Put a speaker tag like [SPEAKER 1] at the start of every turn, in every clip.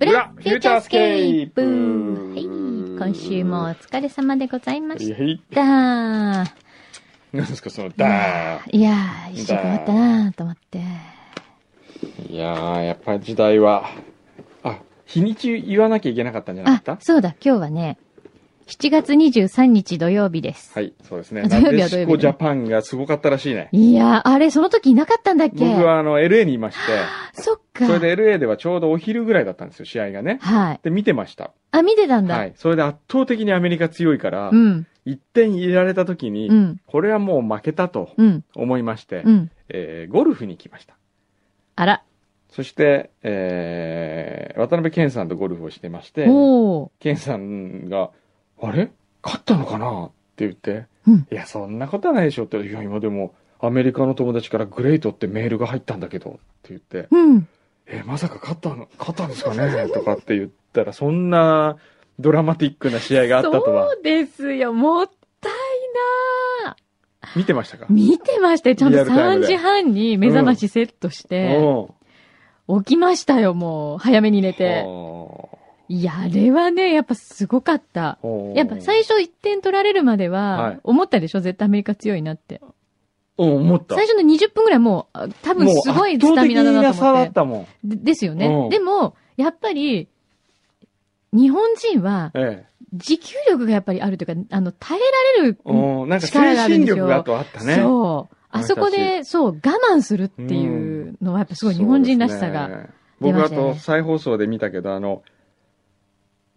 [SPEAKER 1] 裏フューチャースケープ
[SPEAKER 2] はい、今週もお疲れ様でございまし
[SPEAKER 1] い
[SPEAKER 2] た。
[SPEAKER 1] なんですか、その、だ
[SPEAKER 2] いやー、一週間終わったなーと思って。
[SPEAKER 1] ー。いやー、やっぱり時代は、あ、日にち言わなきゃいけなかったんじゃなか
[SPEAKER 2] あ
[SPEAKER 1] っ、た
[SPEAKER 2] そうだ、今日はね、7月23日土曜日です。
[SPEAKER 1] はい、そうですね。
[SPEAKER 2] あ土
[SPEAKER 1] な
[SPEAKER 2] 曜日は
[SPEAKER 1] でしこ
[SPEAKER 2] 土曜日
[SPEAKER 1] ジャパンがすごかったらしいね。
[SPEAKER 2] い、やー、あれ、その時いなかったんだっけ
[SPEAKER 1] 僕はあの、LA にいまして、
[SPEAKER 2] そっか。
[SPEAKER 1] それで LA ではちょうどお昼ぐらいだったんですよ、試合がね。
[SPEAKER 2] はい。
[SPEAKER 1] で、見てました。
[SPEAKER 2] あ、見てたんだ。
[SPEAKER 1] はい。それで圧倒的にアメリカ強いから
[SPEAKER 2] う、ん、
[SPEAKER 1] 1点入れられた時に
[SPEAKER 2] う、ん、
[SPEAKER 1] これはもう負けたと
[SPEAKER 2] うん、
[SPEAKER 1] 思いまして
[SPEAKER 2] う、ん。
[SPEAKER 1] えーゴルフに行きました。
[SPEAKER 2] あら、
[SPEAKER 1] そして、えー渡辺健さんとゴルフをしてまして、
[SPEAKER 2] おー。
[SPEAKER 1] 健さんが、あれ勝ったのかなって言って、
[SPEAKER 2] うん
[SPEAKER 1] いや、そんなことはないでしょって言ったら、いや、今でも、アメリカの友達からグレートってメールが入ったんだけどって言って、
[SPEAKER 2] うん。
[SPEAKER 1] え、まさか勝ったの、勝ったんですかねとかって言ったら、そんなドラマティックな試合があったとは、
[SPEAKER 2] そうですよ、もったいなー。
[SPEAKER 1] 見てましたか
[SPEAKER 2] 見てましたよ。ちゃんと
[SPEAKER 1] リアルタイ
[SPEAKER 2] 3
[SPEAKER 1] ムで
[SPEAKER 2] 時半に目覚ましセットして、
[SPEAKER 1] おう
[SPEAKER 2] 起きましたよ、もう。早めに寝て。
[SPEAKER 1] おう
[SPEAKER 2] いや、あれはね、やっぱすごかった。
[SPEAKER 1] おう
[SPEAKER 2] やっぱ最初1点取られるまで
[SPEAKER 1] は、
[SPEAKER 2] はい思ったでしょ、絶対アメリカ強いなって。
[SPEAKER 1] うん、思った。
[SPEAKER 2] 最初の20分ぐらいもう、あ多分すごい
[SPEAKER 1] もう
[SPEAKER 2] スタミナだな
[SPEAKER 1] 圧
[SPEAKER 2] と
[SPEAKER 1] 倒的な差
[SPEAKER 2] 思
[SPEAKER 1] だ
[SPEAKER 2] っ。
[SPEAKER 1] ってたもん。
[SPEAKER 2] でですよ
[SPEAKER 1] う
[SPEAKER 2] ね
[SPEAKER 1] ん。
[SPEAKER 2] でも、やっぱり、日本人は、
[SPEAKER 1] ええ。
[SPEAKER 2] 持久力がやっぱりあるというか、あの、耐えられる、
[SPEAKER 1] うん、なんか精
[SPEAKER 2] 力があるん
[SPEAKER 1] 神
[SPEAKER 2] ですよ
[SPEAKER 1] 力があとあったね。
[SPEAKER 2] そう。
[SPEAKER 1] あ
[SPEAKER 2] あ
[SPEAKER 1] の人
[SPEAKER 2] そ
[SPEAKER 1] たち
[SPEAKER 2] こで、そう、我慢するっていうのは、やっぱすごい日本人らしさが
[SPEAKER 1] そう。ですね。
[SPEAKER 2] 出
[SPEAKER 1] 僕
[SPEAKER 2] ま
[SPEAKER 1] あ
[SPEAKER 2] したよね
[SPEAKER 1] と再放送で見たけど、あの、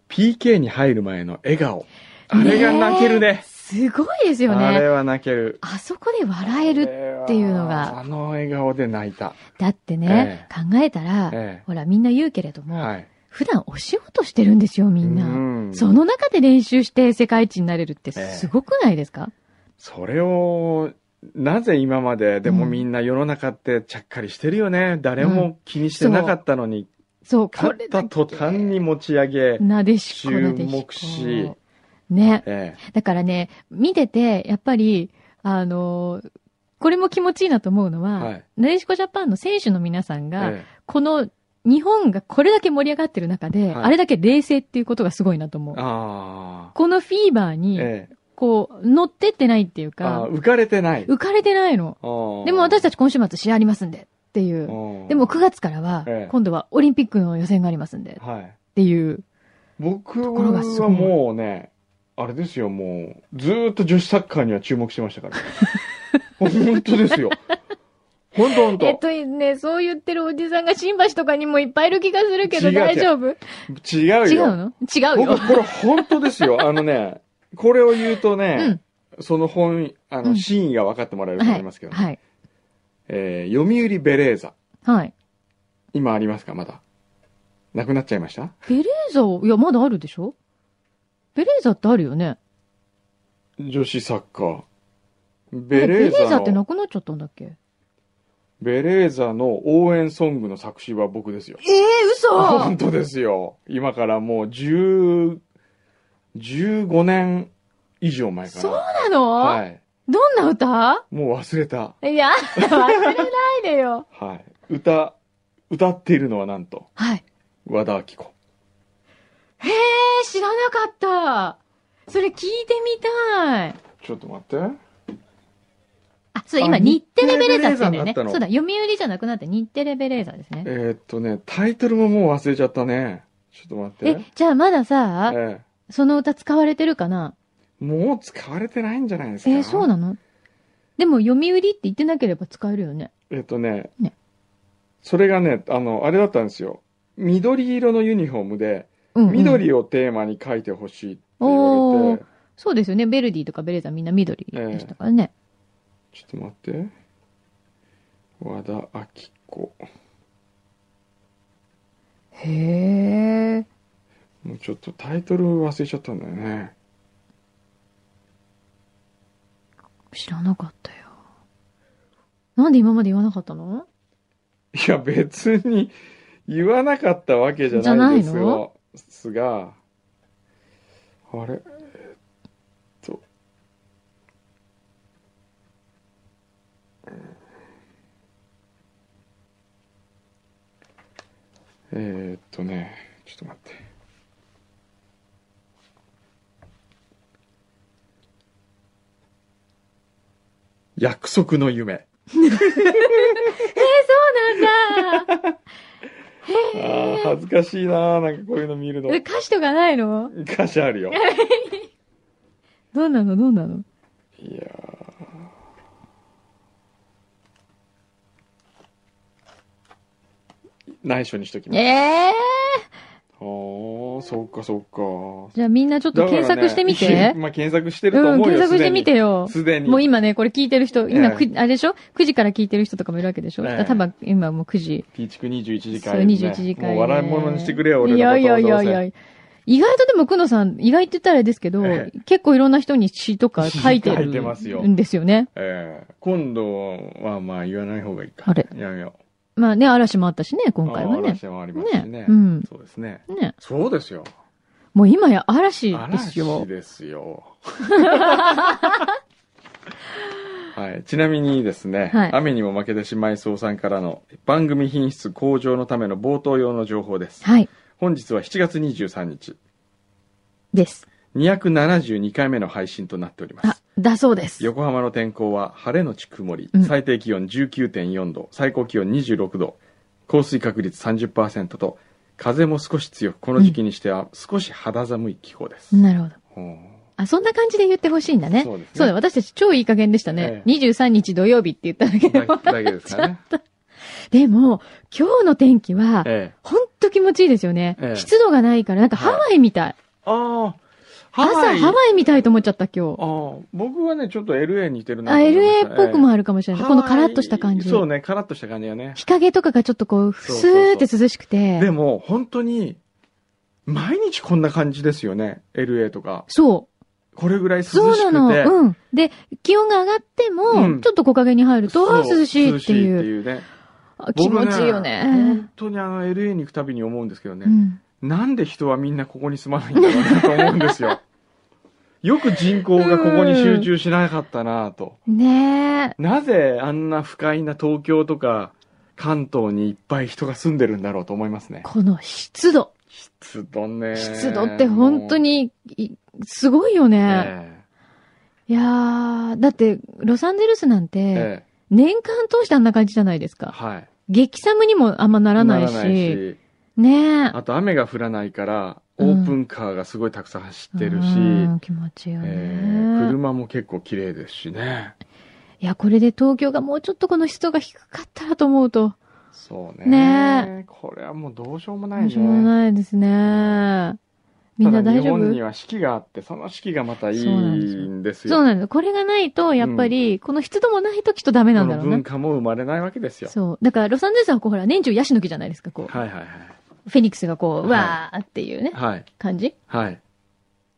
[SPEAKER 1] PK に入る前の笑顔。あれが泣けるね。
[SPEAKER 2] すごいですよ
[SPEAKER 1] あれ
[SPEAKER 2] ね。
[SPEAKER 1] は泣ける。
[SPEAKER 2] あそこで笑える。っていうのが
[SPEAKER 1] あれはあの笑顔で泣いた。
[SPEAKER 2] だってね、考えたら、
[SPEAKER 1] え
[SPEAKER 2] ほらみんな言うけれど
[SPEAKER 1] え。
[SPEAKER 2] も、
[SPEAKER 1] はい。
[SPEAKER 2] 普段お仕事してるんですよ、みんな。
[SPEAKER 1] うん
[SPEAKER 2] その中で練習して世界一になれるって
[SPEAKER 1] ええ
[SPEAKER 2] すごくないですか、
[SPEAKER 1] それを、なぜ今まで、でも
[SPEAKER 2] うん
[SPEAKER 1] みんな世の中ってちゃっかりしてるよね。誰も気にしてなかったのに、
[SPEAKER 2] そう、こ
[SPEAKER 1] 勝
[SPEAKER 2] れ
[SPEAKER 1] っ
[SPEAKER 2] だ
[SPEAKER 1] た
[SPEAKER 2] け
[SPEAKER 1] 途端に持ち上げ。
[SPEAKER 2] なでしこ、
[SPEAKER 1] 注
[SPEAKER 2] な
[SPEAKER 1] 目
[SPEAKER 2] でしこ。
[SPEAKER 1] し
[SPEAKER 2] ね。
[SPEAKER 1] ええ。
[SPEAKER 2] だからね、見てて、やっぱり、あのーこれも気持ちいいなと思うのは、
[SPEAKER 1] はい
[SPEAKER 2] なでしこジャパンの選手の皆さんが、
[SPEAKER 1] え
[SPEAKER 2] この日本がこれだけ盛り上がってる中で、
[SPEAKER 1] はい
[SPEAKER 2] あれだけ冷静っていうことがすごいなと思
[SPEAKER 1] え
[SPEAKER 2] う。
[SPEAKER 1] ああ。
[SPEAKER 2] このフィーバーに、
[SPEAKER 1] ええ。
[SPEAKER 2] こう、乗ってってないっていう
[SPEAKER 1] あ
[SPEAKER 2] か
[SPEAKER 1] ー、浮かれてない。
[SPEAKER 2] 浮かれてないの。で
[SPEAKER 1] で
[SPEAKER 2] も私たち今週末試合ありますんでっていう。でも9月からは
[SPEAKER 1] ええ、
[SPEAKER 2] 今度はオリンピックの予選がありますんでっ
[SPEAKER 1] はい。
[SPEAKER 2] ていう。
[SPEAKER 1] 僕
[SPEAKER 2] ころがすご
[SPEAKER 1] はいもうね、あれですよ、もう、ずーっと女子サッカーには注目してました から。本当ですよ。本当本
[SPEAKER 2] えっ
[SPEAKER 1] 当。
[SPEAKER 2] とね、そう言ってるおじさんが新橋とかにもいっぱいいる気がするけど
[SPEAKER 1] 違う
[SPEAKER 2] 大丈夫
[SPEAKER 1] 違う
[SPEAKER 2] 違う
[SPEAKER 1] よ。
[SPEAKER 2] の違うよ。
[SPEAKER 1] 僕、これ本当ですよ。あのね、これを言うとね、その本、あ
[SPEAKER 2] う
[SPEAKER 1] の、
[SPEAKER 2] ん
[SPEAKER 1] 真意が分かってもらえると
[SPEAKER 2] は
[SPEAKER 1] 思
[SPEAKER 2] い
[SPEAKER 1] いますけ。ど、
[SPEAKER 2] はい。
[SPEAKER 1] えー読売ベレーザ。
[SPEAKER 2] はい。
[SPEAKER 1] 今ありますか、まだ。なくなっちゃいました
[SPEAKER 2] ベレーザを、いや、まだあるでしょベレーザってあるよね。
[SPEAKER 1] 女子サッカー。
[SPEAKER 2] ベ
[SPEAKER 1] ベ
[SPEAKER 2] レ
[SPEAKER 1] レ
[SPEAKER 2] ーザっ
[SPEAKER 1] ー
[SPEAKER 2] て
[SPEAKER 1] ザの
[SPEAKER 2] な、くなっちゃったんだっけ
[SPEAKER 1] ベレーザの応援ソングの作詞は僕ですよ。
[SPEAKER 2] ええ嘘
[SPEAKER 1] 本当ですよ。今からもう10、15年以上前か
[SPEAKER 2] そう
[SPEAKER 1] な。
[SPEAKER 2] なの、
[SPEAKER 1] はい。
[SPEAKER 2] どんな歌
[SPEAKER 1] もう忘れた。
[SPEAKER 2] いや、忘れないでよ。
[SPEAKER 1] はい。歌、歌っているのはなんと、
[SPEAKER 2] はい。
[SPEAKER 1] 和田アキ子。
[SPEAKER 2] へえ、知らなかった。それ聞いてみたい。
[SPEAKER 1] ちょっと待って。
[SPEAKER 2] あ、そう、今、
[SPEAKER 1] あ
[SPEAKER 2] 日テレベレーザって言うんだよね。
[SPEAKER 1] 日テレベレーザになったの
[SPEAKER 2] そうだ、読売じゃなくなって日テレベレーザですね。
[SPEAKER 1] えーっとね、タイトルももう忘れちゃったね。ちょっと待って
[SPEAKER 2] え。、じゃあまださ、
[SPEAKER 1] え
[SPEAKER 2] その歌使われてるかな
[SPEAKER 1] えもう使われてないんじゃないですか。
[SPEAKER 2] えーそうなのでも、読売って言ってなければ使えるよね。
[SPEAKER 1] えっとね
[SPEAKER 2] ね
[SPEAKER 1] それがね、あの、あれだったんですよ。緑色のユニフォームで、
[SPEAKER 2] うん、うん。
[SPEAKER 1] 緑をテーマに書いてほしいって言われて、
[SPEAKER 2] そうですよね。ベルディとかベレーザみんな緑でしたからね。
[SPEAKER 1] ちょっと待って。和田アキ子。
[SPEAKER 2] へえ。
[SPEAKER 1] もうちょっとタイトル忘れちゃったんだよね。
[SPEAKER 2] 知らなかったよ。なんで今まで言わなかったの
[SPEAKER 1] いや、別に言わなかったわけじゃないですよ。すが、あれ、えっと。えーっとね、ちょっと待って。約束の夢。
[SPEAKER 2] そうなんだ
[SPEAKER 1] あー恥ずかしいなーなんかこういうの見るの
[SPEAKER 2] え、。歌詞とかないの
[SPEAKER 1] 歌詞あ るよ。
[SPEAKER 2] どうなのどうなの
[SPEAKER 1] いやー内緒にしときます。
[SPEAKER 2] ええ
[SPEAKER 1] ああ、そっかそっか。
[SPEAKER 2] じゃあみんなちょっと検索してみて。
[SPEAKER 1] まあ検索してると
[SPEAKER 2] うん、
[SPEAKER 1] 思うよ。
[SPEAKER 2] 検索してみてよ。
[SPEAKER 1] すでに。
[SPEAKER 2] もう今ね、これ聞いてる人、今、
[SPEAKER 1] ええ
[SPEAKER 2] くあれでしょ ?9 時から聞いてる人とかもいるわけでしょ、
[SPEAKER 1] ええ
[SPEAKER 2] 多分今もう9時。
[SPEAKER 1] ピーチク21時
[SPEAKER 2] そ
[SPEAKER 1] 間、
[SPEAKER 2] う、21時間、
[SPEAKER 1] もう笑い物にしてくれよ、俺の
[SPEAKER 2] い
[SPEAKER 1] こと
[SPEAKER 2] や
[SPEAKER 1] を
[SPEAKER 2] いやいやい
[SPEAKER 1] どう
[SPEAKER 2] や。意外とでも、くのさん、意外って言ったらあれですけど、
[SPEAKER 1] え
[SPEAKER 2] 結構いろんな人に詩とか書いて
[SPEAKER 1] 書
[SPEAKER 2] る
[SPEAKER 1] いてますよ
[SPEAKER 2] んですよね。
[SPEAKER 1] せええ今度はまあ言わない方がいいか。
[SPEAKER 2] あれ
[SPEAKER 1] やめよう。
[SPEAKER 2] まあね、嵐もあったしね、今回は
[SPEAKER 1] あ
[SPEAKER 2] ね。
[SPEAKER 1] 嵐もありますし
[SPEAKER 2] ね
[SPEAKER 1] ね。
[SPEAKER 2] うん。
[SPEAKER 1] そうですね。
[SPEAKER 2] ね。
[SPEAKER 1] そうですよ。
[SPEAKER 2] もう今や嵐です
[SPEAKER 1] 嵐
[SPEAKER 2] よ。
[SPEAKER 1] で すよ。はい。ちなみにですね、
[SPEAKER 2] はい
[SPEAKER 1] 雨にも負けてしまいそうさんからの番組品質向上のための冒頭用の情報です。
[SPEAKER 2] はい。
[SPEAKER 1] 本日は7月23日、
[SPEAKER 2] です。
[SPEAKER 1] 272回目の配信となっておりま
[SPEAKER 2] あ
[SPEAKER 1] す。、
[SPEAKER 2] だそうです。
[SPEAKER 1] 横浜の天候は晴れのち曇り
[SPEAKER 2] うん、
[SPEAKER 1] 最低気温19.4度、最高気温26度、降水確率30%と、風も少し強く、この時期にしては少し肌寒い気候です。
[SPEAKER 2] なるほど。
[SPEAKER 1] うん
[SPEAKER 2] あ、そんな感じで言ってほしいんだね。
[SPEAKER 1] そうですね
[SPEAKER 2] そうだ、私たち超いい加減でしたね。
[SPEAKER 1] え
[SPEAKER 2] 23日土曜日って言ったんだけ
[SPEAKER 1] だ
[SPEAKER 2] ど。
[SPEAKER 1] だけですかね。
[SPEAKER 2] でも、今日の天気は、
[SPEAKER 1] ええ。
[SPEAKER 2] ほんと気持ちいいですよね。
[SPEAKER 1] ええ
[SPEAKER 2] 湿度がないから、なんかハワイみたい。
[SPEAKER 1] ああ、
[SPEAKER 2] 朝ハワイみたいと思っちゃった今日。
[SPEAKER 1] ああ、僕はね、ちょっと LA に似てる
[SPEAKER 2] あ、
[SPEAKER 1] なと思いました。
[SPEAKER 2] LA っぽくもあるかもし
[SPEAKER 1] ええ
[SPEAKER 2] れない。
[SPEAKER 1] ハ
[SPEAKER 2] こ
[SPEAKER 1] ワ
[SPEAKER 2] の
[SPEAKER 1] イ
[SPEAKER 2] カラッとした感じ。
[SPEAKER 1] そうね、カラッとした感じがね。
[SPEAKER 2] 日陰とかがちょっとこう、ふ
[SPEAKER 1] そう
[SPEAKER 2] す
[SPEAKER 1] そうそう
[SPEAKER 2] ーって涼しくて。
[SPEAKER 1] でも、本当に、毎日こんな感じですよね、LA とか。
[SPEAKER 2] そう。
[SPEAKER 1] これぐらい涼しくて。
[SPEAKER 2] そうなの。うん。で、気温が上がっても、
[SPEAKER 1] うん
[SPEAKER 2] ちょっと木陰に入ると、あ
[SPEAKER 1] そう
[SPEAKER 2] 涼しいっていう。
[SPEAKER 1] 涼しね。
[SPEAKER 2] あ気持ちいいよ
[SPEAKER 1] 僕
[SPEAKER 2] ね。
[SPEAKER 1] 本当にあの LA に行くたびに思うんですけどね、
[SPEAKER 2] うん。
[SPEAKER 1] なんで人はみんなここに住まないんだろうなと思うんですよ。よく人口がここに集中しなかったなと。
[SPEAKER 2] ねえ。
[SPEAKER 1] なぜあんな不快な東京とか関東にいっぱい人が住んでるんだろうと思いますね。
[SPEAKER 2] この湿度。
[SPEAKER 1] 湿度ね。
[SPEAKER 2] 湿度って本当に、いすごいよ
[SPEAKER 1] もう。
[SPEAKER 2] ね。い
[SPEAKER 1] え
[SPEAKER 2] やー、だって、ロサンゼルスなん
[SPEAKER 1] え
[SPEAKER 2] て、
[SPEAKER 1] ええ
[SPEAKER 2] 年間通してあんな感じじゃないですか。
[SPEAKER 1] はい。
[SPEAKER 2] 激寒にもあんまならないし、
[SPEAKER 1] ならないし
[SPEAKER 2] ねえ。
[SPEAKER 1] あと雨が降らないから、オ
[SPEAKER 2] うん
[SPEAKER 1] ープンカーがすごいたくさん走ってるし、
[SPEAKER 2] うん気持ちいいよね、
[SPEAKER 1] ええ車も結構綺麗ですしね。
[SPEAKER 2] いや、これで東京がもうちょっとこの湿度が低かったらと思うと、
[SPEAKER 1] そうね。
[SPEAKER 2] ね
[SPEAKER 1] これはもうどうしようもな
[SPEAKER 2] 申
[SPEAKER 1] いね。
[SPEAKER 2] しょうもないですね。みんな大丈
[SPEAKER 1] ただ日本
[SPEAKER 2] 夫
[SPEAKER 1] には四季があって、その四季がまたいい
[SPEAKER 2] そうなんですよ
[SPEAKER 1] んですよ。
[SPEAKER 2] そうなんです。これがないと、やっぱり、この湿度もないときっとダメなんだろ
[SPEAKER 1] こ
[SPEAKER 2] う
[SPEAKER 1] の
[SPEAKER 2] な
[SPEAKER 1] 文。化も生まれないわけですよ。
[SPEAKER 2] そう。だから、ロサンゼルスはこう、ほら、年中ヤシの木じゃないですか、こう。
[SPEAKER 1] はいはい
[SPEAKER 2] フェニックスがこう、
[SPEAKER 1] はい
[SPEAKER 2] わーっていうね、
[SPEAKER 1] はい。はい。
[SPEAKER 2] 感じ。
[SPEAKER 1] はい。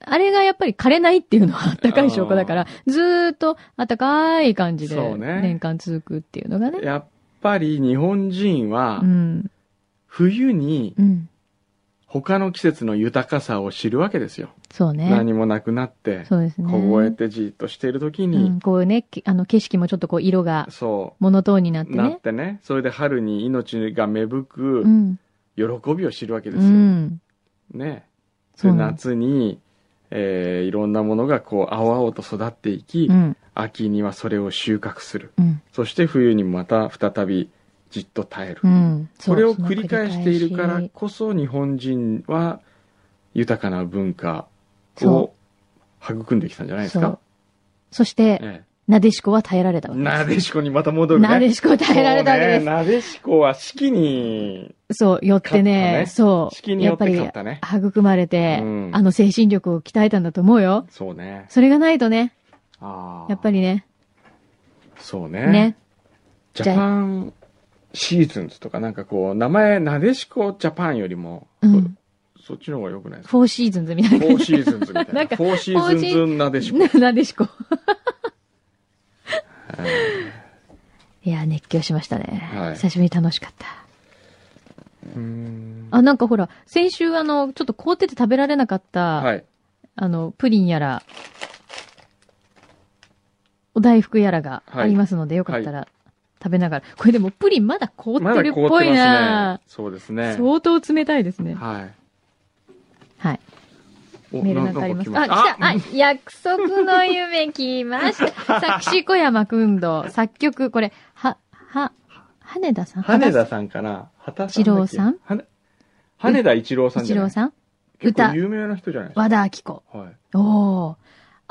[SPEAKER 2] あれがやっぱり枯れないっていうのはあったかい証拠だから、ずーっと暖かい感じで、
[SPEAKER 1] そうね
[SPEAKER 2] 年間続くっていうのがね。
[SPEAKER 1] やっぱり日本人は
[SPEAKER 2] う、ん。
[SPEAKER 1] 冬に
[SPEAKER 2] うん。
[SPEAKER 1] 他の季節の豊かさを知るわけですよ。
[SPEAKER 2] そうね。
[SPEAKER 1] 何もなくなって、
[SPEAKER 2] そうですね。
[SPEAKER 1] 凍えてじっとしている時に、
[SPEAKER 2] うん、こうね、きあの、景色もちょっとこう、色が
[SPEAKER 1] そ
[SPEAKER 2] モノトーンになっ
[SPEAKER 1] う、
[SPEAKER 2] て
[SPEAKER 1] なっ
[SPEAKER 2] ね。
[SPEAKER 1] てね、それで春に命が芽吹く
[SPEAKER 2] うん。
[SPEAKER 1] 喜びを知るわけで
[SPEAKER 2] う
[SPEAKER 1] すよ。
[SPEAKER 2] ん。
[SPEAKER 1] ね。
[SPEAKER 2] そう
[SPEAKER 1] で
[SPEAKER 2] なんです
[SPEAKER 1] 夏に、えーいろんなものがこう、青々と育っていき、
[SPEAKER 2] うん。
[SPEAKER 1] 秋にはそれを収穫する。
[SPEAKER 2] うん。
[SPEAKER 1] そして冬にまた再びじっと耐える。
[SPEAKER 2] うん。
[SPEAKER 1] そうれを繰り返しているから
[SPEAKER 2] 繰り
[SPEAKER 1] こそ日本人は豊かな文化
[SPEAKER 2] 返しそ
[SPEAKER 1] を育んできたんじゃないです
[SPEAKER 2] そ
[SPEAKER 1] か
[SPEAKER 2] う。そして、
[SPEAKER 1] え
[SPEAKER 2] なでしこは耐えられた
[SPEAKER 1] え
[SPEAKER 2] わけです。
[SPEAKER 1] なでしこにまた戻るね。
[SPEAKER 2] なでしこは耐えられたわけです
[SPEAKER 1] そう。ねなでしこは四季に、
[SPEAKER 2] そう、よって
[SPEAKER 1] 勝った
[SPEAKER 2] ね、
[SPEAKER 1] ね
[SPEAKER 2] そ
[SPEAKER 1] 四季
[SPEAKER 2] う。
[SPEAKER 1] に
[SPEAKER 2] や
[SPEAKER 1] よ
[SPEAKER 2] っ
[SPEAKER 1] っ
[SPEAKER 2] ぱ
[SPEAKER 1] て
[SPEAKER 2] り
[SPEAKER 1] 勝ったね。
[SPEAKER 2] 育まれて、
[SPEAKER 1] うん
[SPEAKER 2] あの精神力を鍛えたんだと思うよ。
[SPEAKER 1] そうね。
[SPEAKER 2] それがないとね、
[SPEAKER 1] ああ。
[SPEAKER 2] やっぱりね、
[SPEAKER 1] そうね。
[SPEAKER 2] ね。
[SPEAKER 1] ジャパンシーズンズとかなんかこう、名前、なでしこジャパンよりも、
[SPEAKER 2] うん。
[SPEAKER 1] そっちの方が良くない ですか
[SPEAKER 2] フォーシーズンズみたい
[SPEAKER 1] フ
[SPEAKER 2] な
[SPEAKER 1] ォーシーズンズみたい
[SPEAKER 2] な
[SPEAKER 1] な。
[SPEAKER 2] んか
[SPEAKER 1] フォーシーズンズなでしこ。
[SPEAKER 2] 感じ。 なでしこ。
[SPEAKER 1] え
[SPEAKER 2] いや、熱狂しましたね。
[SPEAKER 1] はい
[SPEAKER 2] 久しぶりに楽しかった。
[SPEAKER 1] ーうーん
[SPEAKER 2] あ、なんかほら、先週あの、ちょっと凍ってて食べられなかった、
[SPEAKER 1] はい。
[SPEAKER 2] あの、プリンやら、お大福やらがありますので、よかったら食べながら。これでもプリンまだ凍って
[SPEAKER 1] まだ
[SPEAKER 2] るっ
[SPEAKER 1] 凍っ
[SPEAKER 2] ぽ
[SPEAKER 1] て
[SPEAKER 2] い
[SPEAKER 1] ますね
[SPEAKER 2] な、。
[SPEAKER 1] そうですね。
[SPEAKER 2] 相当冷たいですね。
[SPEAKER 1] はい。お
[SPEAKER 2] メールなんかありますかあ、来たあ、約束の夢来ま した。作詞小山くんど、作曲、これ、は、は、羽田さん
[SPEAKER 1] 羽田さんかな畑さんだっ
[SPEAKER 2] 一
[SPEAKER 1] け
[SPEAKER 2] 郎さん
[SPEAKER 1] はね羽田一郎さんじ
[SPEAKER 2] 一
[SPEAKER 1] ゃな
[SPEAKER 2] 郎
[SPEAKER 1] い
[SPEAKER 2] さん
[SPEAKER 1] 結構
[SPEAKER 2] 歌
[SPEAKER 1] 有名な人じゃないですか。
[SPEAKER 2] 和田明子。
[SPEAKER 1] はい。
[SPEAKER 2] おー。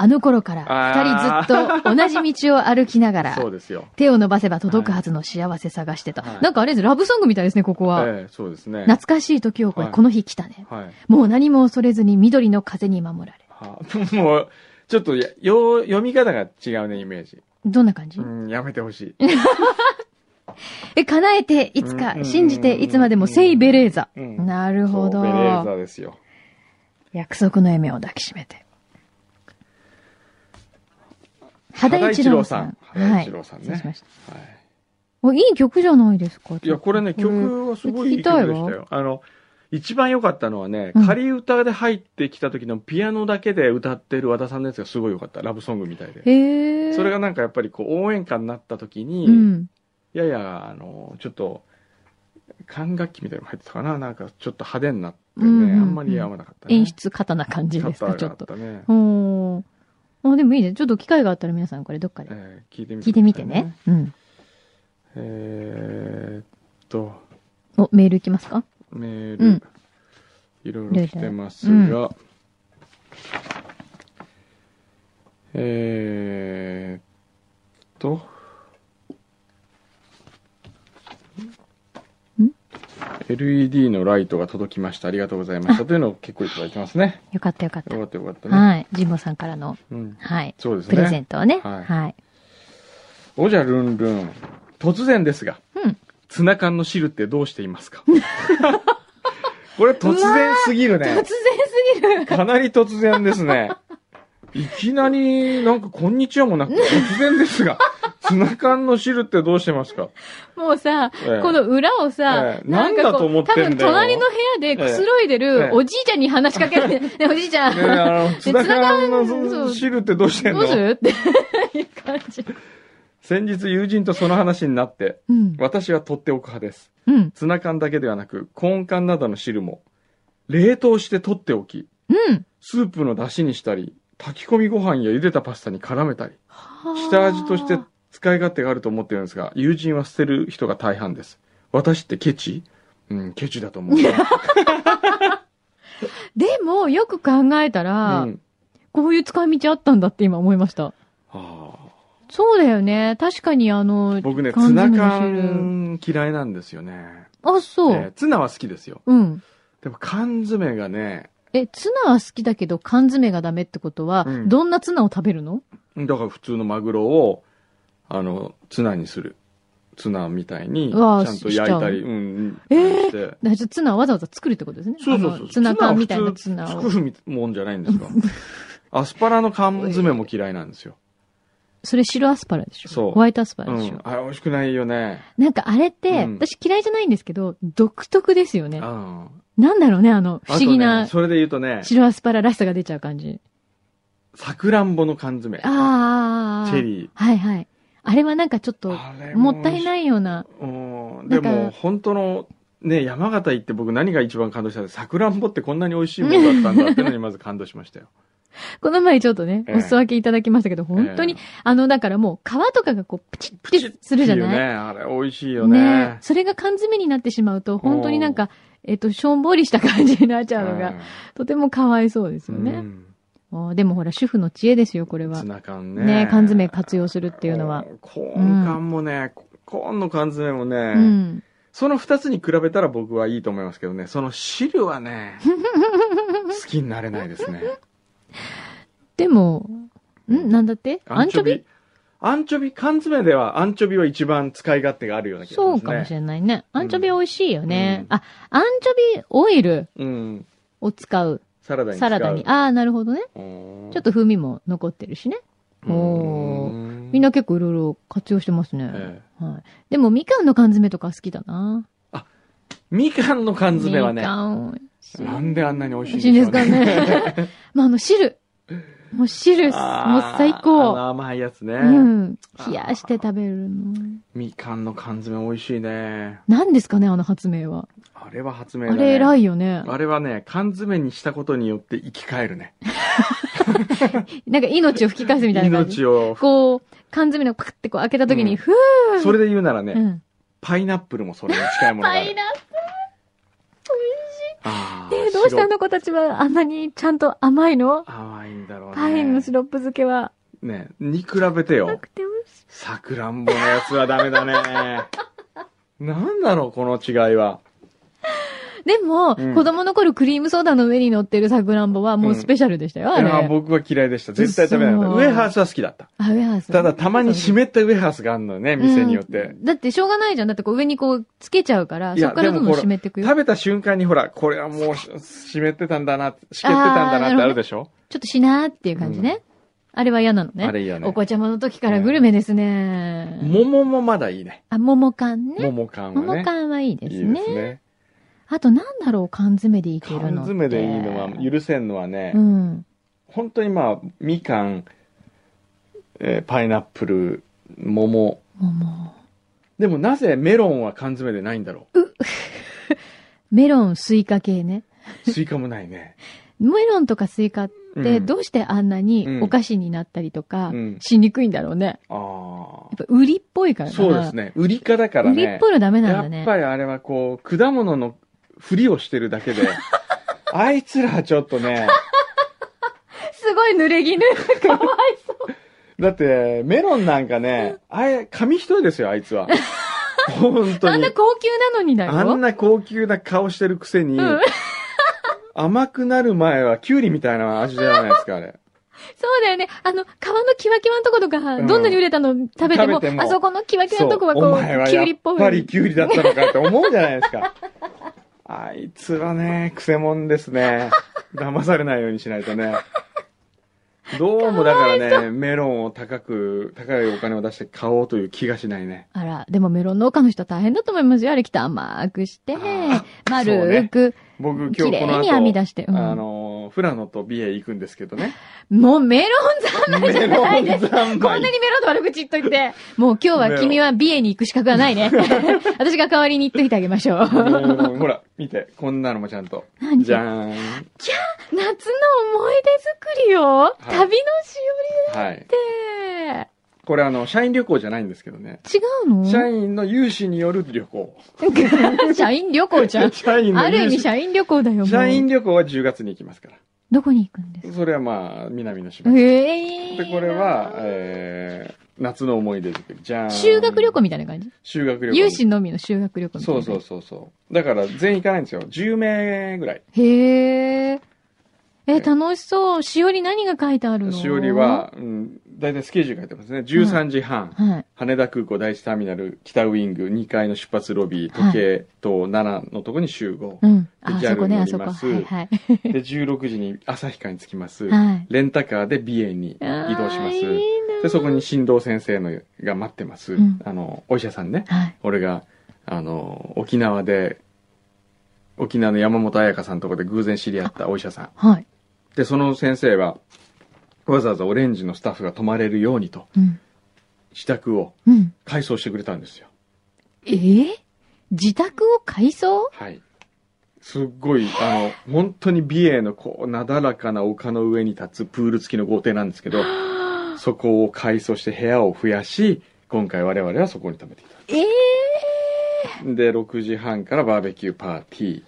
[SPEAKER 2] あの頃から、
[SPEAKER 1] あ
[SPEAKER 2] 二人ずっと同じ道を歩きながら
[SPEAKER 1] そ、うですよ。
[SPEAKER 2] 手を伸ばせば届くはずの幸せ探してと。
[SPEAKER 1] はい
[SPEAKER 2] なんかあれです、ラブソングみたいですね、ここは。
[SPEAKER 1] ええ、そうですね。
[SPEAKER 2] 懐かしい時を越え、
[SPEAKER 1] はい
[SPEAKER 2] この日来たね。
[SPEAKER 1] はい。
[SPEAKER 2] もう何も恐れずに緑の風に守られ。
[SPEAKER 1] は もう、ちょっとやよ、読み方が違うね、イメージ。
[SPEAKER 2] どんな感じ、
[SPEAKER 1] うん、やめてほしい。
[SPEAKER 2] え、叶えて、いつ
[SPEAKER 1] うんうんうんう
[SPEAKER 2] か、
[SPEAKER 1] ん
[SPEAKER 2] 信じて、いつまでも、セイベレーザ。
[SPEAKER 1] うん
[SPEAKER 2] なるほ
[SPEAKER 1] そうベレー
[SPEAKER 2] ど。
[SPEAKER 1] ザですよ。
[SPEAKER 2] 約束の夢を抱きしめて。肌一郎さん。
[SPEAKER 1] 肌一郎さ
[SPEAKER 2] はい
[SPEAKER 1] ん肌一郎さんね
[SPEAKER 2] 失礼しました。
[SPEAKER 1] はい。
[SPEAKER 2] お、いい曲じゃないですか
[SPEAKER 1] いや、これね、曲はすごいいい曲で
[SPEAKER 2] 聞
[SPEAKER 1] した
[SPEAKER 2] きた
[SPEAKER 1] よ。あの、一番良かったのはね
[SPEAKER 2] うん、
[SPEAKER 1] 仮歌で入ってきた時のピアノだけで歌ってる和田さんのやつがすごい良かった。ラブソングみたいで。
[SPEAKER 2] へえ。
[SPEAKER 1] それがなんかやっぱりこう応援歌になった時に、
[SPEAKER 2] うん。
[SPEAKER 1] ややあのちょっと管楽器みたいなのも入ってたかななんかちょっと派手になってね、
[SPEAKER 2] うんうんうん
[SPEAKER 1] あんまり合わなかったね
[SPEAKER 2] 演出方な感じですか、ちょっと
[SPEAKER 1] カ。ッターがあったね、
[SPEAKER 2] おーあ、でもいいね。ちょっと機会があったら皆さんこれどっかで
[SPEAKER 1] えー聞いてみ
[SPEAKER 2] 聞いてみてね。うん。
[SPEAKER 1] くださいねえーっと
[SPEAKER 2] お、メールいきますか
[SPEAKER 1] メール、
[SPEAKER 2] うん
[SPEAKER 1] いろいろ来てま
[SPEAKER 2] い
[SPEAKER 1] す
[SPEAKER 2] ろい
[SPEAKER 1] が、えーっと
[SPEAKER 2] ん
[SPEAKER 1] LED のライトが届きました。ありがとうございました。というのを結構いただいてますね。
[SPEAKER 2] よかったよかっ
[SPEAKER 1] よ
[SPEAKER 2] た
[SPEAKER 1] か。ったよかったね。
[SPEAKER 2] はい。ジンボさんからの、
[SPEAKER 1] うん、
[SPEAKER 2] はい。
[SPEAKER 1] そうです
[SPEAKER 2] プレゼ
[SPEAKER 1] ね
[SPEAKER 2] ン。トをね。
[SPEAKER 1] はい
[SPEAKER 2] はい。
[SPEAKER 1] おじゃるんるん。突然ですが、
[SPEAKER 2] うん
[SPEAKER 1] ツナ缶の汁ってどうしていますか これ突然すぎ る
[SPEAKER 2] 突
[SPEAKER 1] ね
[SPEAKER 2] 然。すぎる。
[SPEAKER 1] かなり突然ですね。いきなり、なんか、こんにちはもなく、突然ですが、ツナ缶の汁ってどうしてますか、
[SPEAKER 2] もうさ、
[SPEAKER 1] ええ
[SPEAKER 2] この裏をさ
[SPEAKER 1] え、えなんだと思ってんだよ
[SPEAKER 2] 多分隣の部屋でくつろいで
[SPEAKER 1] え
[SPEAKER 2] る
[SPEAKER 1] え
[SPEAKER 2] おじいちゃんに話しかけ て、ねおじいちゃん、
[SPEAKER 1] ね えあの、ツナ缶の
[SPEAKER 2] ツナ缶の
[SPEAKER 1] 汁ってどうしてん
[SPEAKER 2] どうす
[SPEAKER 1] の
[SPEAKER 2] るっていう感じ。
[SPEAKER 1] 先日友人とその話になって、
[SPEAKER 2] うん。
[SPEAKER 1] 私はとっておく派です。
[SPEAKER 2] うん。
[SPEAKER 1] ツナ缶だけではなく、コーン缶などの汁も、冷凍して取っておき、
[SPEAKER 2] うん。
[SPEAKER 1] スープの出汁にしたり、炊き込みご飯や茹でたパスタに絡めたり、下味として使い勝手があると思ってるんですが、友人は捨てる人が大半です。私ってケチうん、ケチ だと思う。
[SPEAKER 2] でも、よく考えた
[SPEAKER 1] う
[SPEAKER 2] ら、
[SPEAKER 1] ん、
[SPEAKER 2] こういう使い道あったんだって今思いました。
[SPEAKER 1] ああ
[SPEAKER 2] そうだよね。確かにあの、
[SPEAKER 1] 僕ね、
[SPEAKER 2] 缶
[SPEAKER 1] ツナ
[SPEAKER 2] 詰の
[SPEAKER 1] 缶嫌いなんですよね。
[SPEAKER 2] あ、そう。
[SPEAKER 1] えーツナは好きですよ。
[SPEAKER 2] うん。
[SPEAKER 1] でも缶詰がね、
[SPEAKER 2] え、ツナは好きだけど缶詰がダメってことは、
[SPEAKER 1] うん
[SPEAKER 2] どんなツナを食べるの
[SPEAKER 1] だから普通のマグロを、あの、ツナにする。ツナみたいに、ち
[SPEAKER 2] うわ
[SPEAKER 1] ゃ
[SPEAKER 2] ー
[SPEAKER 1] んと焼いたり、うん、
[SPEAKER 2] えー
[SPEAKER 1] して。
[SPEAKER 2] だからちょっとツナをわざわざ作るってことですね。
[SPEAKER 1] そうそうそう
[SPEAKER 2] あのツナ缶みたいなツ
[SPEAKER 1] ツナ
[SPEAKER 2] ナ
[SPEAKER 1] は
[SPEAKER 2] を
[SPEAKER 1] 普。通作るもんじゃないんですか。 アスパラの缶詰も嫌いなんですよ。
[SPEAKER 2] それ白アスパラでしょ
[SPEAKER 1] そう
[SPEAKER 2] ホワイトアスパ
[SPEAKER 1] う
[SPEAKER 2] ラでしょ、
[SPEAKER 1] ん。あれ美味しくないよね。
[SPEAKER 2] なんかあれって、
[SPEAKER 1] うん
[SPEAKER 2] 私嫌いじゃないんですけど、独特ですよね。
[SPEAKER 1] うん。
[SPEAKER 2] なんだろうね、あの、不思議
[SPEAKER 1] あとね
[SPEAKER 2] な
[SPEAKER 1] それで言うとね、
[SPEAKER 2] 白アスパラらしさが出ちゃう感じ。
[SPEAKER 1] さくらんぼの缶詰。チ
[SPEAKER 2] ああ。
[SPEAKER 1] ェリー。
[SPEAKER 2] はいはい。あれはなんかちょっと、
[SPEAKER 1] あれ
[SPEAKER 2] もったい
[SPEAKER 1] い。
[SPEAKER 2] ないような。
[SPEAKER 1] うん。
[SPEAKER 2] な
[SPEAKER 1] で
[SPEAKER 2] んか
[SPEAKER 1] も、本当の、ね、山形行って僕何が一番感動したって、さくらんぼってこんなに美味しいものだったん だってのにまず感動しましたよ。
[SPEAKER 2] この前ちょっとね、
[SPEAKER 1] ええ
[SPEAKER 2] お裾分けいただきましたけど、本当に、
[SPEAKER 1] ええ
[SPEAKER 2] あの、だからもう皮とかがこう、プチ
[SPEAKER 1] プチ
[SPEAKER 2] っ
[SPEAKER 1] ッ
[SPEAKER 2] てするじゃ
[SPEAKER 1] いいよね。
[SPEAKER 2] ない
[SPEAKER 1] あれ美味しいよ
[SPEAKER 2] ねえ
[SPEAKER 1] ね。
[SPEAKER 2] それが缶詰になってしまうと、本当になんか、えっと、しょんぼりした感じになっちゃうのが、とてもかわいそうです
[SPEAKER 1] う
[SPEAKER 2] よ
[SPEAKER 1] ん。う
[SPEAKER 2] ね。
[SPEAKER 1] ん
[SPEAKER 2] あーでもほら、主婦の知恵ですよ、これは
[SPEAKER 1] ツ。ナ缶ね。
[SPEAKER 2] ね缶詰活用するっていうのは。
[SPEAKER 1] コーン缶もね、コーンの缶詰もね、
[SPEAKER 2] うん。
[SPEAKER 1] その二つに比べたら僕はいいと思いますけどね、その汁はね、 好きになれないですね。
[SPEAKER 2] でも、んなんだってアンチョビ
[SPEAKER 1] アンチョビ、缶詰ではアンチョビは一番使い勝手があるような気がし
[SPEAKER 2] そ
[SPEAKER 1] ま
[SPEAKER 2] う
[SPEAKER 1] すね。
[SPEAKER 2] かもし
[SPEAKER 1] れ
[SPEAKER 2] れないね。アンチョビ美味しいよね。
[SPEAKER 1] うん
[SPEAKER 2] あ、アンチョビオイル
[SPEAKER 1] ない。うん。
[SPEAKER 2] を使う。
[SPEAKER 1] サラダに使
[SPEAKER 2] サ
[SPEAKER 1] う。
[SPEAKER 2] ラダに。ああ、なるほどね。
[SPEAKER 1] うん、
[SPEAKER 2] ちょっと風味も残ってるしね。
[SPEAKER 1] うん、
[SPEAKER 2] おみんな結構いろいろ活用してますね。
[SPEAKER 1] ええ
[SPEAKER 2] はい。でも、みかんの缶詰とか好きだな。
[SPEAKER 1] みかんの缶詰はね
[SPEAKER 2] み、かん美味しい。
[SPEAKER 1] なんであんなに美味
[SPEAKER 2] 美味
[SPEAKER 1] し
[SPEAKER 2] しい
[SPEAKER 1] い
[SPEAKER 2] んで
[SPEAKER 1] んです す
[SPEAKER 2] か
[SPEAKER 1] かね。
[SPEAKER 2] ね。まあ、あの、汁。もう汁す、もう最
[SPEAKER 1] あの
[SPEAKER 2] 高。
[SPEAKER 1] 甘いやつね、
[SPEAKER 2] うん。
[SPEAKER 1] あー
[SPEAKER 2] 冷やして食べるの。
[SPEAKER 1] みかんの缶詰美味しいね。
[SPEAKER 2] 何ですかね、あの発明は。
[SPEAKER 1] あれは発明
[SPEAKER 2] あ
[SPEAKER 1] だね。
[SPEAKER 2] れ偉
[SPEAKER 1] い。
[SPEAKER 2] いよね。
[SPEAKER 1] あれはね、缶詰にしたことによって生き返るね。
[SPEAKER 2] なんか命を吹き返すみたいな感じ。
[SPEAKER 1] 命を。
[SPEAKER 2] こう、缶詰のパカってこう開けた時
[SPEAKER 1] うん
[SPEAKER 2] に、ふぅ
[SPEAKER 1] それで言うならね、
[SPEAKER 2] うん。
[SPEAKER 1] パイナップルもそれに近いものが
[SPEAKER 2] パ
[SPEAKER 1] あ
[SPEAKER 2] イ
[SPEAKER 1] る。
[SPEAKER 2] ナッ
[SPEAKER 1] あ
[SPEAKER 2] プ
[SPEAKER 1] ー
[SPEAKER 2] ル。どうしてあ
[SPEAKER 1] シロップ
[SPEAKER 2] の子たちはあんなにちゃんと甘いの
[SPEAKER 1] 甘いんだろうね。
[SPEAKER 2] パインのシロップ漬けは
[SPEAKER 1] ね、に比べて
[SPEAKER 2] な
[SPEAKER 1] よ。
[SPEAKER 2] くて美味しい。
[SPEAKER 1] さくらんぼのやつはダメ だね。なんだろう、この違いは。
[SPEAKER 2] でも、
[SPEAKER 1] うん
[SPEAKER 2] 子供の頃クリームソーダの上に乗ってるさくらんぼはもうスペシャルでしたよ、あ
[SPEAKER 1] い
[SPEAKER 2] れ。
[SPEAKER 1] や僕は嫌いでした。絶対食べなかった。
[SPEAKER 2] 嘘
[SPEAKER 1] ウエハースは好きだった。
[SPEAKER 2] あ、ウェハース。
[SPEAKER 1] ただ、たまに湿ったウエハースがあるのよね、店によって。
[SPEAKER 2] うんだってしょうがないじゃん。だってこう上にこうつけちゃうから、
[SPEAKER 1] いや
[SPEAKER 2] そっからどんどん湿ってくよ。ちょ
[SPEAKER 1] 食べた瞬間にほら、これはもうし湿ってたんだな、湿ってたんだなってあるでしょ
[SPEAKER 2] っとしなーっていう感じね。あれは嫌なのね。
[SPEAKER 1] あれいいよね
[SPEAKER 2] お。子ちゃまの時からグルメですね。
[SPEAKER 1] 桃もまだいいね。
[SPEAKER 2] あ、桃缶ね。
[SPEAKER 1] 桃缶は
[SPEAKER 2] 桃
[SPEAKER 1] ね。
[SPEAKER 2] 缶はいい
[SPEAKER 1] い
[SPEAKER 2] で
[SPEAKER 1] い
[SPEAKER 2] す
[SPEAKER 1] です
[SPEAKER 2] ね。
[SPEAKER 1] ね。
[SPEAKER 2] あとなんだろう、缶詰でいける
[SPEAKER 1] 缶
[SPEAKER 2] のって。
[SPEAKER 1] 詰でいいのは、許せんのはね
[SPEAKER 2] う、ん。
[SPEAKER 1] 本当にまあ、みかん、えーパイナップル、桃。
[SPEAKER 2] 桃。
[SPEAKER 1] でもなぜメロンは缶詰でないんだろう
[SPEAKER 2] メロン、スイカ系ね。
[SPEAKER 1] スイカもないね。
[SPEAKER 2] メロンとかスイカっ
[SPEAKER 1] う
[SPEAKER 2] て
[SPEAKER 1] ん
[SPEAKER 2] どうしてあんな
[SPEAKER 1] う
[SPEAKER 2] に
[SPEAKER 1] ん
[SPEAKER 2] お菓子になったりとか
[SPEAKER 1] うん
[SPEAKER 2] しにくいんだろうね。
[SPEAKER 1] あ
[SPEAKER 2] やっぱ売りっぽいか
[SPEAKER 1] あ。
[SPEAKER 2] ら
[SPEAKER 1] そうです
[SPEAKER 2] ね。
[SPEAKER 1] ね。売りかだから
[SPEAKER 2] 売
[SPEAKER 1] ね。
[SPEAKER 2] りっぽいのダメなん
[SPEAKER 1] や
[SPEAKER 2] だね
[SPEAKER 1] っ。ぱりあれはこう、果物のふりをしてる だけで、あいつらちょっとね、
[SPEAKER 2] すごい濡れ 衣。かわいそう。
[SPEAKER 1] だってメロンなんかね、あれ、紙一重ですよ、あい つは。本当
[SPEAKER 2] あん
[SPEAKER 1] に
[SPEAKER 2] な。高級なのにだよ。
[SPEAKER 1] あんな高級な顔してるくせに、
[SPEAKER 2] うん
[SPEAKER 1] 甘くなる前はキュウリみたいな味じゃないですか、あれ。
[SPEAKER 2] そうだよね。あの、皮のキワキワのとことか、
[SPEAKER 1] うん
[SPEAKER 2] どんなに売れたの食べても、
[SPEAKER 1] 食べても
[SPEAKER 2] あそこのキワキワ
[SPEAKER 1] そ
[SPEAKER 2] のとこは
[SPEAKER 1] う、
[SPEAKER 2] こ
[SPEAKER 1] お前
[SPEAKER 2] う、
[SPEAKER 1] は
[SPEAKER 2] キュ
[SPEAKER 1] や
[SPEAKER 2] ウリっぽ
[SPEAKER 1] っぱり
[SPEAKER 2] い。
[SPEAKER 1] キュウリだったのかって思うじゃないですか。あいつ はね、くせ者ですね。騙されないようにしないとね。どうもだからね、メロンを高く、高いお金を出して買おうという気がしないね。
[SPEAKER 2] あら、でもメロン農家の人は大変だと思いますよ。あれきっと甘くして
[SPEAKER 1] あー、
[SPEAKER 2] 丸く、
[SPEAKER 1] 僕今日
[SPEAKER 2] 綺
[SPEAKER 1] この
[SPEAKER 2] 麗
[SPEAKER 1] 後、
[SPEAKER 2] に編み出して。うん
[SPEAKER 1] あの、富良野と美瑛行くんですけど ね。
[SPEAKER 2] もうメロン三昧じ
[SPEAKER 1] メ
[SPEAKER 2] ゃ
[SPEAKER 1] ロ
[SPEAKER 2] ない
[SPEAKER 1] ン
[SPEAKER 2] です。
[SPEAKER 1] 三
[SPEAKER 2] こんな
[SPEAKER 1] 昧。
[SPEAKER 2] にメロンと悪口言っといて、もう今日は君は美瑛に行く資格はない ね。私が代わりに行っといてあげましょう。
[SPEAKER 1] メロンほら、見て、こんなのもちゃんと。
[SPEAKER 2] 何
[SPEAKER 1] じゃ ーん。
[SPEAKER 2] 夏の思い出作りを、
[SPEAKER 1] い
[SPEAKER 2] 旅のし
[SPEAKER 1] はい。
[SPEAKER 2] おりで。
[SPEAKER 1] これあの、社員旅行じゃないんですけどね。
[SPEAKER 2] 違うの
[SPEAKER 1] 社員の有志による旅行。
[SPEAKER 2] 社員旅行じゃん。
[SPEAKER 1] 社員の
[SPEAKER 2] ある意
[SPEAKER 1] 有
[SPEAKER 2] 味
[SPEAKER 1] 志
[SPEAKER 2] 社員旅行だよ、もう
[SPEAKER 1] 社員旅行は10月に行きますか
[SPEAKER 2] どこに行くんです
[SPEAKER 1] ら。それはまあ、南の島。で、
[SPEAKER 2] ええ
[SPEAKER 1] これは、えー、夏の思い出作り。じゃーん。
[SPEAKER 2] 修学旅行みたいな感じ
[SPEAKER 1] 修学旅行。
[SPEAKER 2] 有志のみの修学旅行みたい
[SPEAKER 1] そ
[SPEAKER 2] な。
[SPEAKER 1] うそうそうそう。だから、全員行かないんですよ。10名ぐらい。
[SPEAKER 2] へえ。え、楽しそう。しおり何が書いてあるの
[SPEAKER 1] しおり。は、うん、大体スケジュール書いてますね。13時半、
[SPEAKER 2] はい。
[SPEAKER 1] 羽田空港第一ターミナル、北ウィング、2階の出発ロビー、時計と7のとこに集合
[SPEAKER 2] う。ん。
[SPEAKER 1] で
[SPEAKER 2] あ、
[SPEAKER 1] JAL
[SPEAKER 2] そこね、
[SPEAKER 1] 乗
[SPEAKER 2] あ
[SPEAKER 1] り
[SPEAKER 2] そこ。
[SPEAKER 1] ま
[SPEAKER 2] は
[SPEAKER 1] す
[SPEAKER 2] いはい。
[SPEAKER 1] で、16時に旭川に着きます。
[SPEAKER 2] はい。
[SPEAKER 1] レンタカーで美瑛に移動し
[SPEAKER 2] あ
[SPEAKER 1] ま
[SPEAKER 2] ー
[SPEAKER 1] す
[SPEAKER 2] いい。な
[SPEAKER 1] で、そこに振動先生のが待ってます。
[SPEAKER 2] うん
[SPEAKER 1] あの、お医者さんね。
[SPEAKER 2] はい。
[SPEAKER 1] 俺が、あの、沖縄で、沖縄の山本彩香さんのとこで偶然知り合ったお医者さん。
[SPEAKER 2] はい。
[SPEAKER 1] で、その先生は、わざわざオレンジのスタッフが泊まれるようにと、
[SPEAKER 2] うん。
[SPEAKER 1] 自宅を
[SPEAKER 2] うん。
[SPEAKER 1] 改装してくれたんですよ。
[SPEAKER 2] えー自宅を改装
[SPEAKER 1] はい。すっごい、あの、本当に美瑛のこう、なだらかな丘の上に立つプール付きの豪邸なんで すけど、そこを改装して部屋を増やし、今回我々はそこに泊めてきた。
[SPEAKER 2] ええ
[SPEAKER 1] で、6時半からバーベキューパーティー。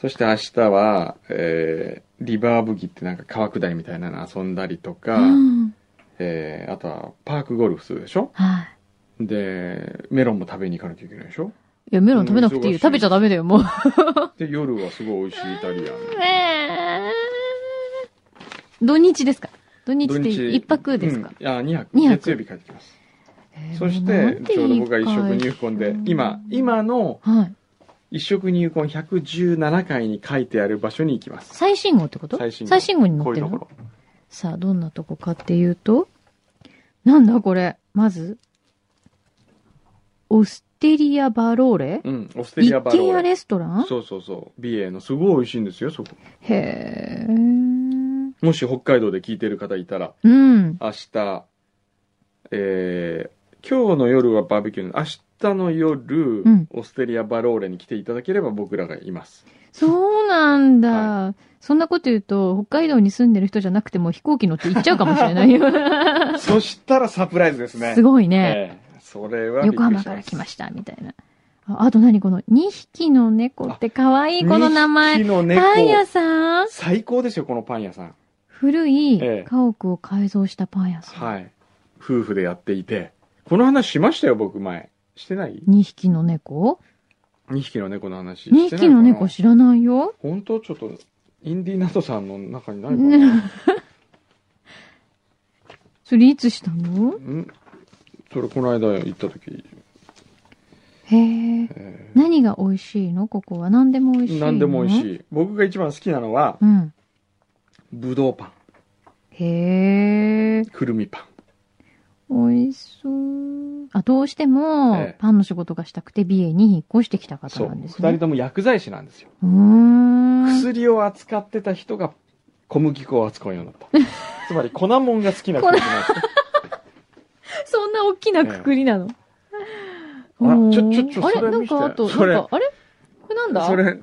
[SPEAKER 1] そして明日は、えー、リバーブギってなんか川下りみたいなの遊んだりと
[SPEAKER 2] ー。
[SPEAKER 1] か、
[SPEAKER 2] うん。
[SPEAKER 1] えー、あとはパークゴルフするでしょ
[SPEAKER 2] はい。
[SPEAKER 1] で、メロンも食べに行かなきゃいけないでしょ
[SPEAKER 2] いや、メロン食べなくていいよ。食べちゃダメだよ、もう。
[SPEAKER 1] で、夜はすごい美味しいイタリアン。
[SPEAKER 2] えー土日ですか土日って一泊ですか、
[SPEAKER 1] うん、あ、2泊。
[SPEAKER 2] 二泊
[SPEAKER 1] 月曜日帰ってきます。
[SPEAKER 2] えー
[SPEAKER 1] そし
[SPEAKER 2] もうな
[SPEAKER 1] て
[SPEAKER 2] ん、て
[SPEAKER 1] ちょうど僕が一食
[SPEAKER 2] い
[SPEAKER 1] 入
[SPEAKER 2] い
[SPEAKER 1] 魂で
[SPEAKER 2] う、ん
[SPEAKER 1] 今、今の
[SPEAKER 2] かはい。
[SPEAKER 1] 一食入魂117回に書いてある場所に行きます。
[SPEAKER 2] 最新号ってこと
[SPEAKER 1] 最新号
[SPEAKER 2] 号に載
[SPEAKER 1] こ
[SPEAKER 2] っ
[SPEAKER 1] う
[SPEAKER 2] て
[SPEAKER 1] いう
[SPEAKER 2] る
[SPEAKER 1] とこ
[SPEAKER 2] の
[SPEAKER 1] ろ。
[SPEAKER 2] さあ、どんなとこかっていうと、なんだこれ。まず、オステリアバローレ
[SPEAKER 1] うん、オステ
[SPEAKER 2] 一
[SPEAKER 1] リアバロ
[SPEAKER 2] 軒家
[SPEAKER 1] ーレ。
[SPEAKER 2] レストラン
[SPEAKER 1] そうそうそう。美瑛のすごい美味しいんですよ、そこ。
[SPEAKER 2] へー。
[SPEAKER 1] もし北海道で聞いてる方いたら、
[SPEAKER 2] うん。
[SPEAKER 1] 明日、えー今日の夜はバーベキューの、明日の夜、
[SPEAKER 2] うん
[SPEAKER 1] オーステリアバローレに来ていただければ僕らがいます。
[SPEAKER 2] そうなんだ、そんなこと言うと、北海道に住んでる人じゃなくても飛行機乗って行っちゃうかもしれないよ。
[SPEAKER 1] そしたらサプライズですね。
[SPEAKER 2] すごいね。
[SPEAKER 1] ええそれはびっく
[SPEAKER 2] 横浜
[SPEAKER 1] りしま
[SPEAKER 2] から来ま
[SPEAKER 1] し
[SPEAKER 2] した、みたいな。ああと何この2匹の猫って可愛い
[SPEAKER 1] た
[SPEAKER 2] この名前。
[SPEAKER 1] 二匹の猫
[SPEAKER 2] パン屋さん
[SPEAKER 1] 最高ですよ、このパン屋さん。
[SPEAKER 2] 古い
[SPEAKER 1] ええ
[SPEAKER 2] 家屋を改造したパン屋さん。
[SPEAKER 1] はい。夫婦でやっていて。この話しましたよ、僕前。してない
[SPEAKER 2] 2匹の猫
[SPEAKER 1] ?2 匹の猫の話。
[SPEAKER 2] ?2 匹の猫
[SPEAKER 1] し
[SPEAKER 2] 知
[SPEAKER 1] て
[SPEAKER 2] らないよ。
[SPEAKER 1] ないかな本当ちょっと、インディーナトさんの中にないかな。
[SPEAKER 2] それいつしたの
[SPEAKER 1] んそれこの間行った時、
[SPEAKER 2] へえ。
[SPEAKER 1] え
[SPEAKER 2] 何が美味しいのここは。何でも美味しい
[SPEAKER 1] ー、
[SPEAKER 2] の
[SPEAKER 1] 何でも美味し
[SPEAKER 2] い。
[SPEAKER 1] い僕が一番好きなのは
[SPEAKER 2] うん。
[SPEAKER 1] ぶどうパン
[SPEAKER 2] へえ。
[SPEAKER 1] くるみパン
[SPEAKER 2] 美味しそう。あ、どうしても、
[SPEAKER 1] ええ
[SPEAKER 2] パンの仕事がしたくて、美瑛に引っ越してきた方
[SPEAKER 1] そう
[SPEAKER 2] なん
[SPEAKER 1] 二
[SPEAKER 2] ですね。
[SPEAKER 1] 人とも薬剤師なんですよ、
[SPEAKER 2] うーん。
[SPEAKER 1] 薬を扱ってた人が小麦粉を扱うようになった つまり粉もんが好きな人なんですよ
[SPEAKER 2] そんな大きなくくりなの。
[SPEAKER 1] えあちょ
[SPEAKER 2] おー
[SPEAKER 1] ちょちょ
[SPEAKER 2] あれ
[SPEAKER 1] それ
[SPEAKER 2] なん
[SPEAKER 1] 見せて
[SPEAKER 2] かあと、
[SPEAKER 1] それ
[SPEAKER 2] なんか、あれこれなんだ
[SPEAKER 1] それ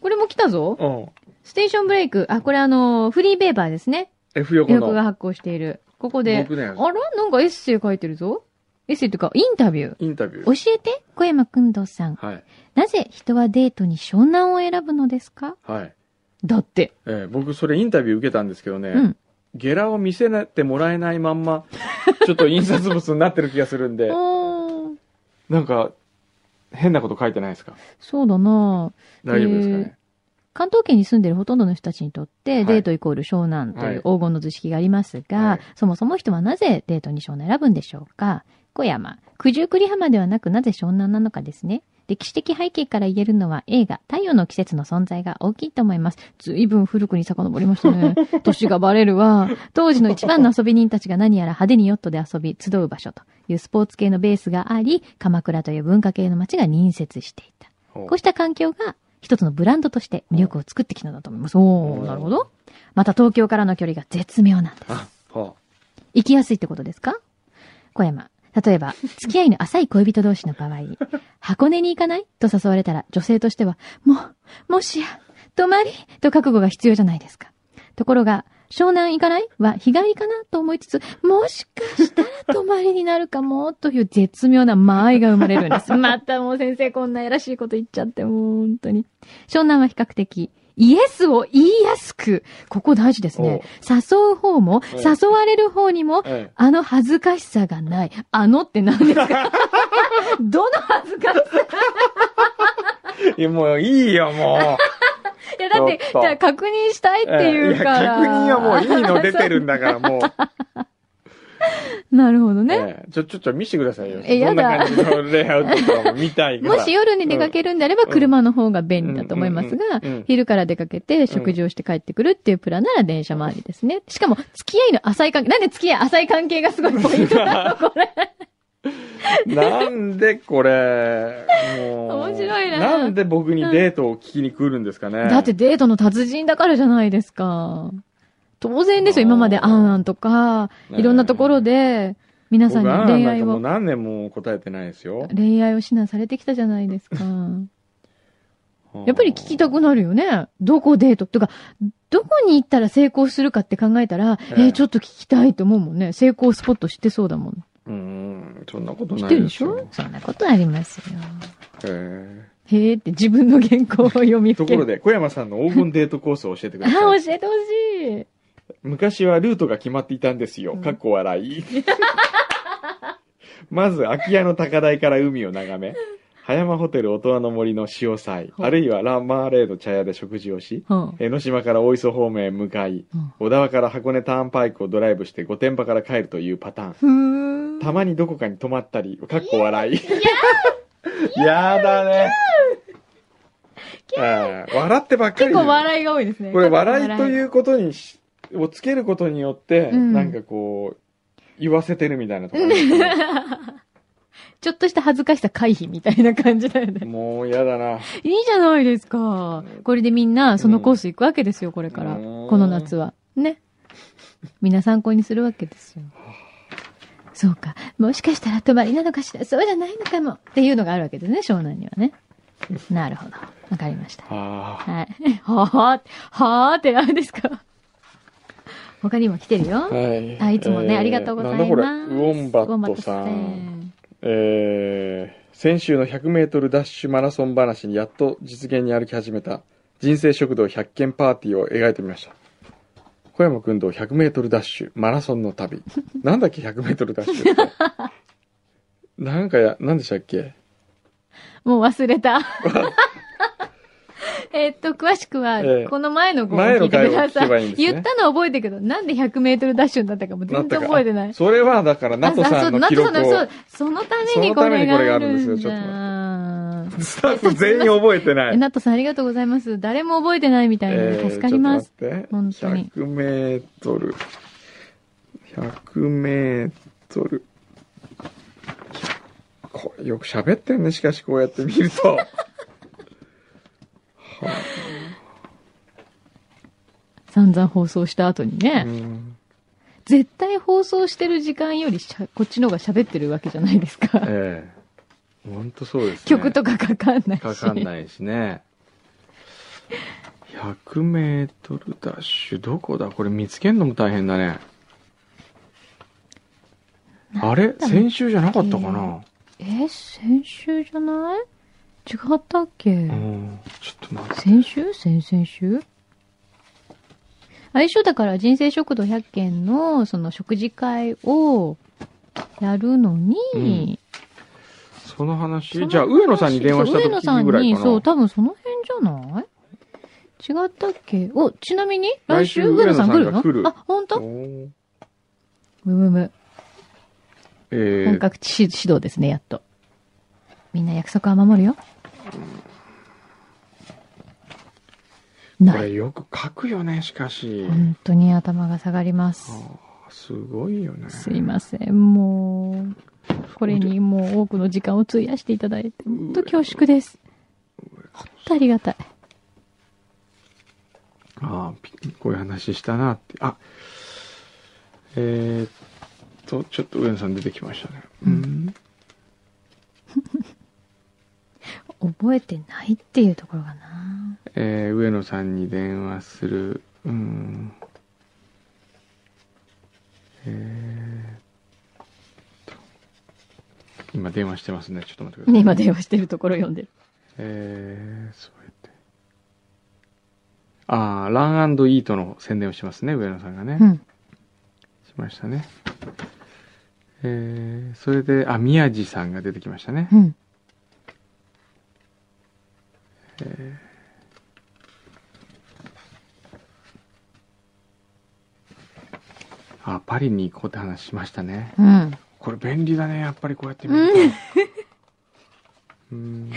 [SPEAKER 2] これも来たぞ。
[SPEAKER 1] うん
[SPEAKER 2] ステーションブレイク。あ、これあのー、フリーペーパーですね。
[SPEAKER 1] F 横
[SPEAKER 2] 予
[SPEAKER 1] の
[SPEAKER 2] 約が発行している。ここで。
[SPEAKER 1] 僕ね
[SPEAKER 2] あらなんかエッセイ書いてるぞ。エッセイというか、インタビュー。
[SPEAKER 1] インタビュー
[SPEAKER 2] 教えて、小山くんどうさん。
[SPEAKER 1] はい
[SPEAKER 2] なぜ人はデートに湘南を選ぶのですか
[SPEAKER 1] はい、
[SPEAKER 2] だって。
[SPEAKER 1] えー僕それインタビュー受けたんですけどね、
[SPEAKER 2] うん
[SPEAKER 1] ゲラを見せてもらえないま んまちょっと印刷物になってる気がするんで
[SPEAKER 2] おー
[SPEAKER 1] なんか変なこと書いてないですか
[SPEAKER 2] そうだなぁ
[SPEAKER 1] 大丈夫ですかね、
[SPEAKER 2] 関東圏に住んでるほとんどの人たちにとって、
[SPEAKER 1] い
[SPEAKER 2] デートイコール湘南という黄金の図式がありますが、
[SPEAKER 1] はい
[SPEAKER 2] そもそも人はなぜデートに湘南を選ぶんでしょうか小山、九十九里浜ではなくなぜ湘南なのかですね。歴史的背景から言えるのは映画、太陽の季節の存在が大きいと思います。ずいぶん古くに遡りました ね。年がバレるわ。当時の一番の遊び人たちが何やら派手にヨットで遊び、集う場所というスポーツ系のベースがあり、鎌倉という文化系の街が隣接していた。
[SPEAKER 1] ほう
[SPEAKER 2] こうした環境が一つのブランドとして魅力を作ってきたんだと思います。お
[SPEAKER 1] う
[SPEAKER 2] ー、
[SPEAKER 1] ん
[SPEAKER 2] なるほど。また東京からの距離が絶妙なんです。
[SPEAKER 1] あは
[SPEAKER 2] 行きやすいってことですか小山。例えば、付き合いの浅い恋人同士の場合、箱根に行かないと誘われたら女性としては、もう、もしや、泊まりと覚悟が必要じゃないですか。ところが、湘南行かないは日帰りかなと思いつつ、もしかしたら泊まりになるかもという絶妙な間合いが生まれるんです。またもう先生こんなやらしいこと言っちゃって、もう本当に。湘南は比較的、イエスを言いやすく、ここ大事ですね。誘う方も、
[SPEAKER 1] お
[SPEAKER 2] 誘われる方にも
[SPEAKER 1] あ、ええ
[SPEAKER 2] あの恥ずかしさがない。あのって何ですか どの恥ずかしさ
[SPEAKER 1] いや、もういいよ、も
[SPEAKER 2] いや、だって、
[SPEAKER 1] ちょ
[SPEAKER 2] じ
[SPEAKER 1] っと
[SPEAKER 2] ゃあ確認したいっ
[SPEAKER 1] う。
[SPEAKER 2] ていうから。
[SPEAKER 1] いや、確認はもういいの出てるんだから、もう。
[SPEAKER 2] なるほどね。
[SPEAKER 1] ええちょ、ちょ、ちょ、見せてくださいよ。
[SPEAKER 2] えやだ
[SPEAKER 1] どんな感じのレイアウトとかも見たいから。
[SPEAKER 2] もし夜に出かけるんであれば
[SPEAKER 1] うん
[SPEAKER 2] 車の方が便利だと思いますが
[SPEAKER 1] うんうんうんうん、
[SPEAKER 2] 昼から出かけて食事をして帰ってくるっていうプランなら電車回りですね。しかも、付き合いの浅い関係、なんで付き合い浅い関係がすごいポイントな のこれ。
[SPEAKER 1] なんでこ れ、もう。
[SPEAKER 2] 面白いなん
[SPEAKER 1] で僕にデートを聞きに来るんですかね。
[SPEAKER 2] だって、デートの達人だからじゃないですか。当然ですよ、
[SPEAKER 1] あー
[SPEAKER 2] 今まであんあんとか、
[SPEAKER 1] え
[SPEAKER 2] いろんなところで、皆さん
[SPEAKER 1] 僕
[SPEAKER 2] に恋
[SPEAKER 1] はなん
[SPEAKER 2] 愛
[SPEAKER 1] かもう
[SPEAKER 2] を、
[SPEAKER 1] 何年も答えてないですよ。
[SPEAKER 2] 恋愛を指南されてきたじゃないです か。やっぱり聞きたくなるよね。どこデートとか、どこに行ったら成功するかって考えたら、え
[SPEAKER 1] ええ
[SPEAKER 2] ーちょっと聞きたいと思うもんね。成功スポット知ってそうだもん。
[SPEAKER 1] うん、そんなこと
[SPEAKER 2] 知っ
[SPEAKER 1] な
[SPEAKER 2] て
[SPEAKER 1] い
[SPEAKER 2] るで
[SPEAKER 1] で
[SPEAKER 2] し
[SPEAKER 1] すよ。
[SPEAKER 2] ょそんなことありますよ。
[SPEAKER 1] え
[SPEAKER 2] へえって自分の原稿を読み
[SPEAKER 1] え
[SPEAKER 2] ふ
[SPEAKER 1] と
[SPEAKER 2] け
[SPEAKER 1] ころ
[SPEAKER 2] る。
[SPEAKER 1] で、小山さんの黄金デートコースを教えてく
[SPEAKER 2] あ、
[SPEAKER 1] ださい。
[SPEAKER 2] 教えてほしい。
[SPEAKER 1] 昔はルートが決まっていたんですよ。
[SPEAKER 2] うん
[SPEAKER 1] かっこ笑い。まず、空き家の高台から海を眺め、葉山ホテル音羽の森の潮祭、
[SPEAKER 2] ほう
[SPEAKER 1] あるいはラ・マーレード茶屋で食事をし、
[SPEAKER 2] うん。
[SPEAKER 1] 江ノ島から大磯方面へ向かい、
[SPEAKER 2] うん
[SPEAKER 1] 小田原から箱根ターンパイクをドライブして御殿場から帰るというパターン。
[SPEAKER 2] ふーん。
[SPEAKER 1] たまにどこかに泊まったり、かっこ笑い。やだね。ええ笑ってばっかり
[SPEAKER 2] 結
[SPEAKER 1] で
[SPEAKER 2] 構笑いが多いですね。。
[SPEAKER 1] これ笑いといううことにしをつけることによって、
[SPEAKER 2] うん
[SPEAKER 1] なんかこう言わせてるみたいなところですね、
[SPEAKER 2] ちょっとした恥ずかしさ回避みたいな感じだよね。
[SPEAKER 1] もう嫌だない
[SPEAKER 2] いじゃないですか。これでみんなそのコース行くわけですよ、これから。
[SPEAKER 1] うん
[SPEAKER 2] この夏は。ね。みんな参考にするわけですよ。そうか。もしかしたら泊まりなのかしら。そうじゃないのかも。っていうのがあるわけですね、湘南には ね。なるほど。わかりました。
[SPEAKER 1] あ
[SPEAKER 2] はい。はぁ、はぁって何ですか他にも来てるよ
[SPEAKER 1] あ。。はい。
[SPEAKER 2] あ、いつもね、
[SPEAKER 1] えー
[SPEAKER 2] ありがとうございます。
[SPEAKER 1] なんだこれ、ウォンバットさ
[SPEAKER 2] ウォンバ
[SPEAKER 1] ん。
[SPEAKER 2] ット
[SPEAKER 1] えー先週の100メートルダッシュマラソン話にやっと実現に歩き始めた人生食堂100件パーティーを描いてみました。小山君と100メートルダッシュマラソンの旅。なんだっけ100メートルダッシュって。 なんかや、なんでしたっけ
[SPEAKER 2] もう忘れ た。えっと、詳しくは
[SPEAKER 1] ええ、
[SPEAKER 2] この前の号を
[SPEAKER 1] 前
[SPEAKER 2] 聞
[SPEAKER 1] の
[SPEAKER 2] いて
[SPEAKER 1] 回を
[SPEAKER 2] くださ
[SPEAKER 1] 聞けばいいん
[SPEAKER 2] い。
[SPEAKER 1] ですね
[SPEAKER 2] 言ったのは覚えてるけど、なんで100メートルダッシュになったかも
[SPEAKER 1] なっ
[SPEAKER 2] 全
[SPEAKER 1] た
[SPEAKER 2] 然
[SPEAKER 1] か
[SPEAKER 2] 覚えてない。
[SPEAKER 1] それはだから、ナトさんの記録
[SPEAKER 2] あそう
[SPEAKER 1] を
[SPEAKER 2] ナトさんのそう、そのためにこれ
[SPEAKER 1] そのためにこれが
[SPEAKER 2] が
[SPEAKER 1] あ
[SPEAKER 2] あ
[SPEAKER 1] る
[SPEAKER 2] る
[SPEAKER 1] ん
[SPEAKER 2] ん
[SPEAKER 1] で
[SPEAKER 2] ですす
[SPEAKER 1] よ
[SPEAKER 2] よ、ちょ
[SPEAKER 1] ちょっ
[SPEAKER 2] っ
[SPEAKER 1] と
[SPEAKER 2] と。
[SPEAKER 1] スタッフ全員覚えてな
[SPEAKER 2] え、
[SPEAKER 1] い。
[SPEAKER 2] ナットさんありがとうございます。誰も覚えてないみたい
[SPEAKER 1] え
[SPEAKER 2] で
[SPEAKER 1] ー
[SPEAKER 2] 助かります。。
[SPEAKER 1] ちょっと待って
[SPEAKER 2] 本当に
[SPEAKER 1] 100メートル。100メートル。これよく喋ってんね、しかしこうやって見 ると。
[SPEAKER 2] 散々放送した後にね、
[SPEAKER 1] うん
[SPEAKER 2] 絶対放送してる時間よりしゃこっちの方が喋ってるわけじゃないですか。
[SPEAKER 1] ええほんとそうですね。
[SPEAKER 2] 曲とかかかんないし。
[SPEAKER 1] かかんないしね。100メートルダッシュ、どこだこれ見つけんのも大変だね。あれ先週じゃなかったかな、
[SPEAKER 2] え、先週じゃない違ったっけ、
[SPEAKER 1] うん。ちょっと待って。
[SPEAKER 2] 先週先々週相性だから人生食堂100件のその食事会をやるのに、
[SPEAKER 1] うんその
[SPEAKER 2] そ
[SPEAKER 1] 話
[SPEAKER 2] の話
[SPEAKER 1] じゃあ、上野さんに電話した
[SPEAKER 2] そう上野さ
[SPEAKER 1] 時
[SPEAKER 2] ん
[SPEAKER 1] ぐらいか
[SPEAKER 2] に、
[SPEAKER 1] な。
[SPEAKER 2] そう、多分その辺じゃない違ったっけお、ちなみに、
[SPEAKER 1] 来
[SPEAKER 2] 来
[SPEAKER 1] 週
[SPEAKER 2] 週上野さん来る
[SPEAKER 1] 上野さ
[SPEAKER 2] の
[SPEAKER 1] んが来る
[SPEAKER 2] あ、本当？
[SPEAKER 1] おー
[SPEAKER 2] むむむ。
[SPEAKER 1] え
[SPEAKER 2] 本
[SPEAKER 1] ー、
[SPEAKER 2] 格指指導ですね、やっと。みんな約束は守るよ。
[SPEAKER 1] こ
[SPEAKER 2] な
[SPEAKER 1] れ
[SPEAKER 2] い。
[SPEAKER 1] よく書くよね、しかし。
[SPEAKER 2] 本当に頭が下がりま
[SPEAKER 1] あ
[SPEAKER 2] す。
[SPEAKER 1] ーすごいよね。
[SPEAKER 2] すいません、もう。これにもう多くの時間を費やしていただいて、本当恐縮です。本当ありがたい。
[SPEAKER 1] あーピこういう話したなって。あ、えー、っと、ちょっと上野さん出てきましたね。うん。
[SPEAKER 2] 覚えてないっていうところがな。
[SPEAKER 1] えー、上野さんに電話する。うん。えーっと。今電話してますね。ちょっと待ってください。
[SPEAKER 2] 今電話してるところ読んでる。
[SPEAKER 1] えー、そうやって。ああ、ランイートの宣伝をしますね、上野さんがね。
[SPEAKER 2] うん。
[SPEAKER 1] しましたね。えー、それで、あ、宮地さんが出てきましたね。
[SPEAKER 2] うん。
[SPEAKER 1] あ、パリに行こうって話しましたね。
[SPEAKER 2] うん。
[SPEAKER 1] これ便利だね、やっぱりこうやって見ると。うーん。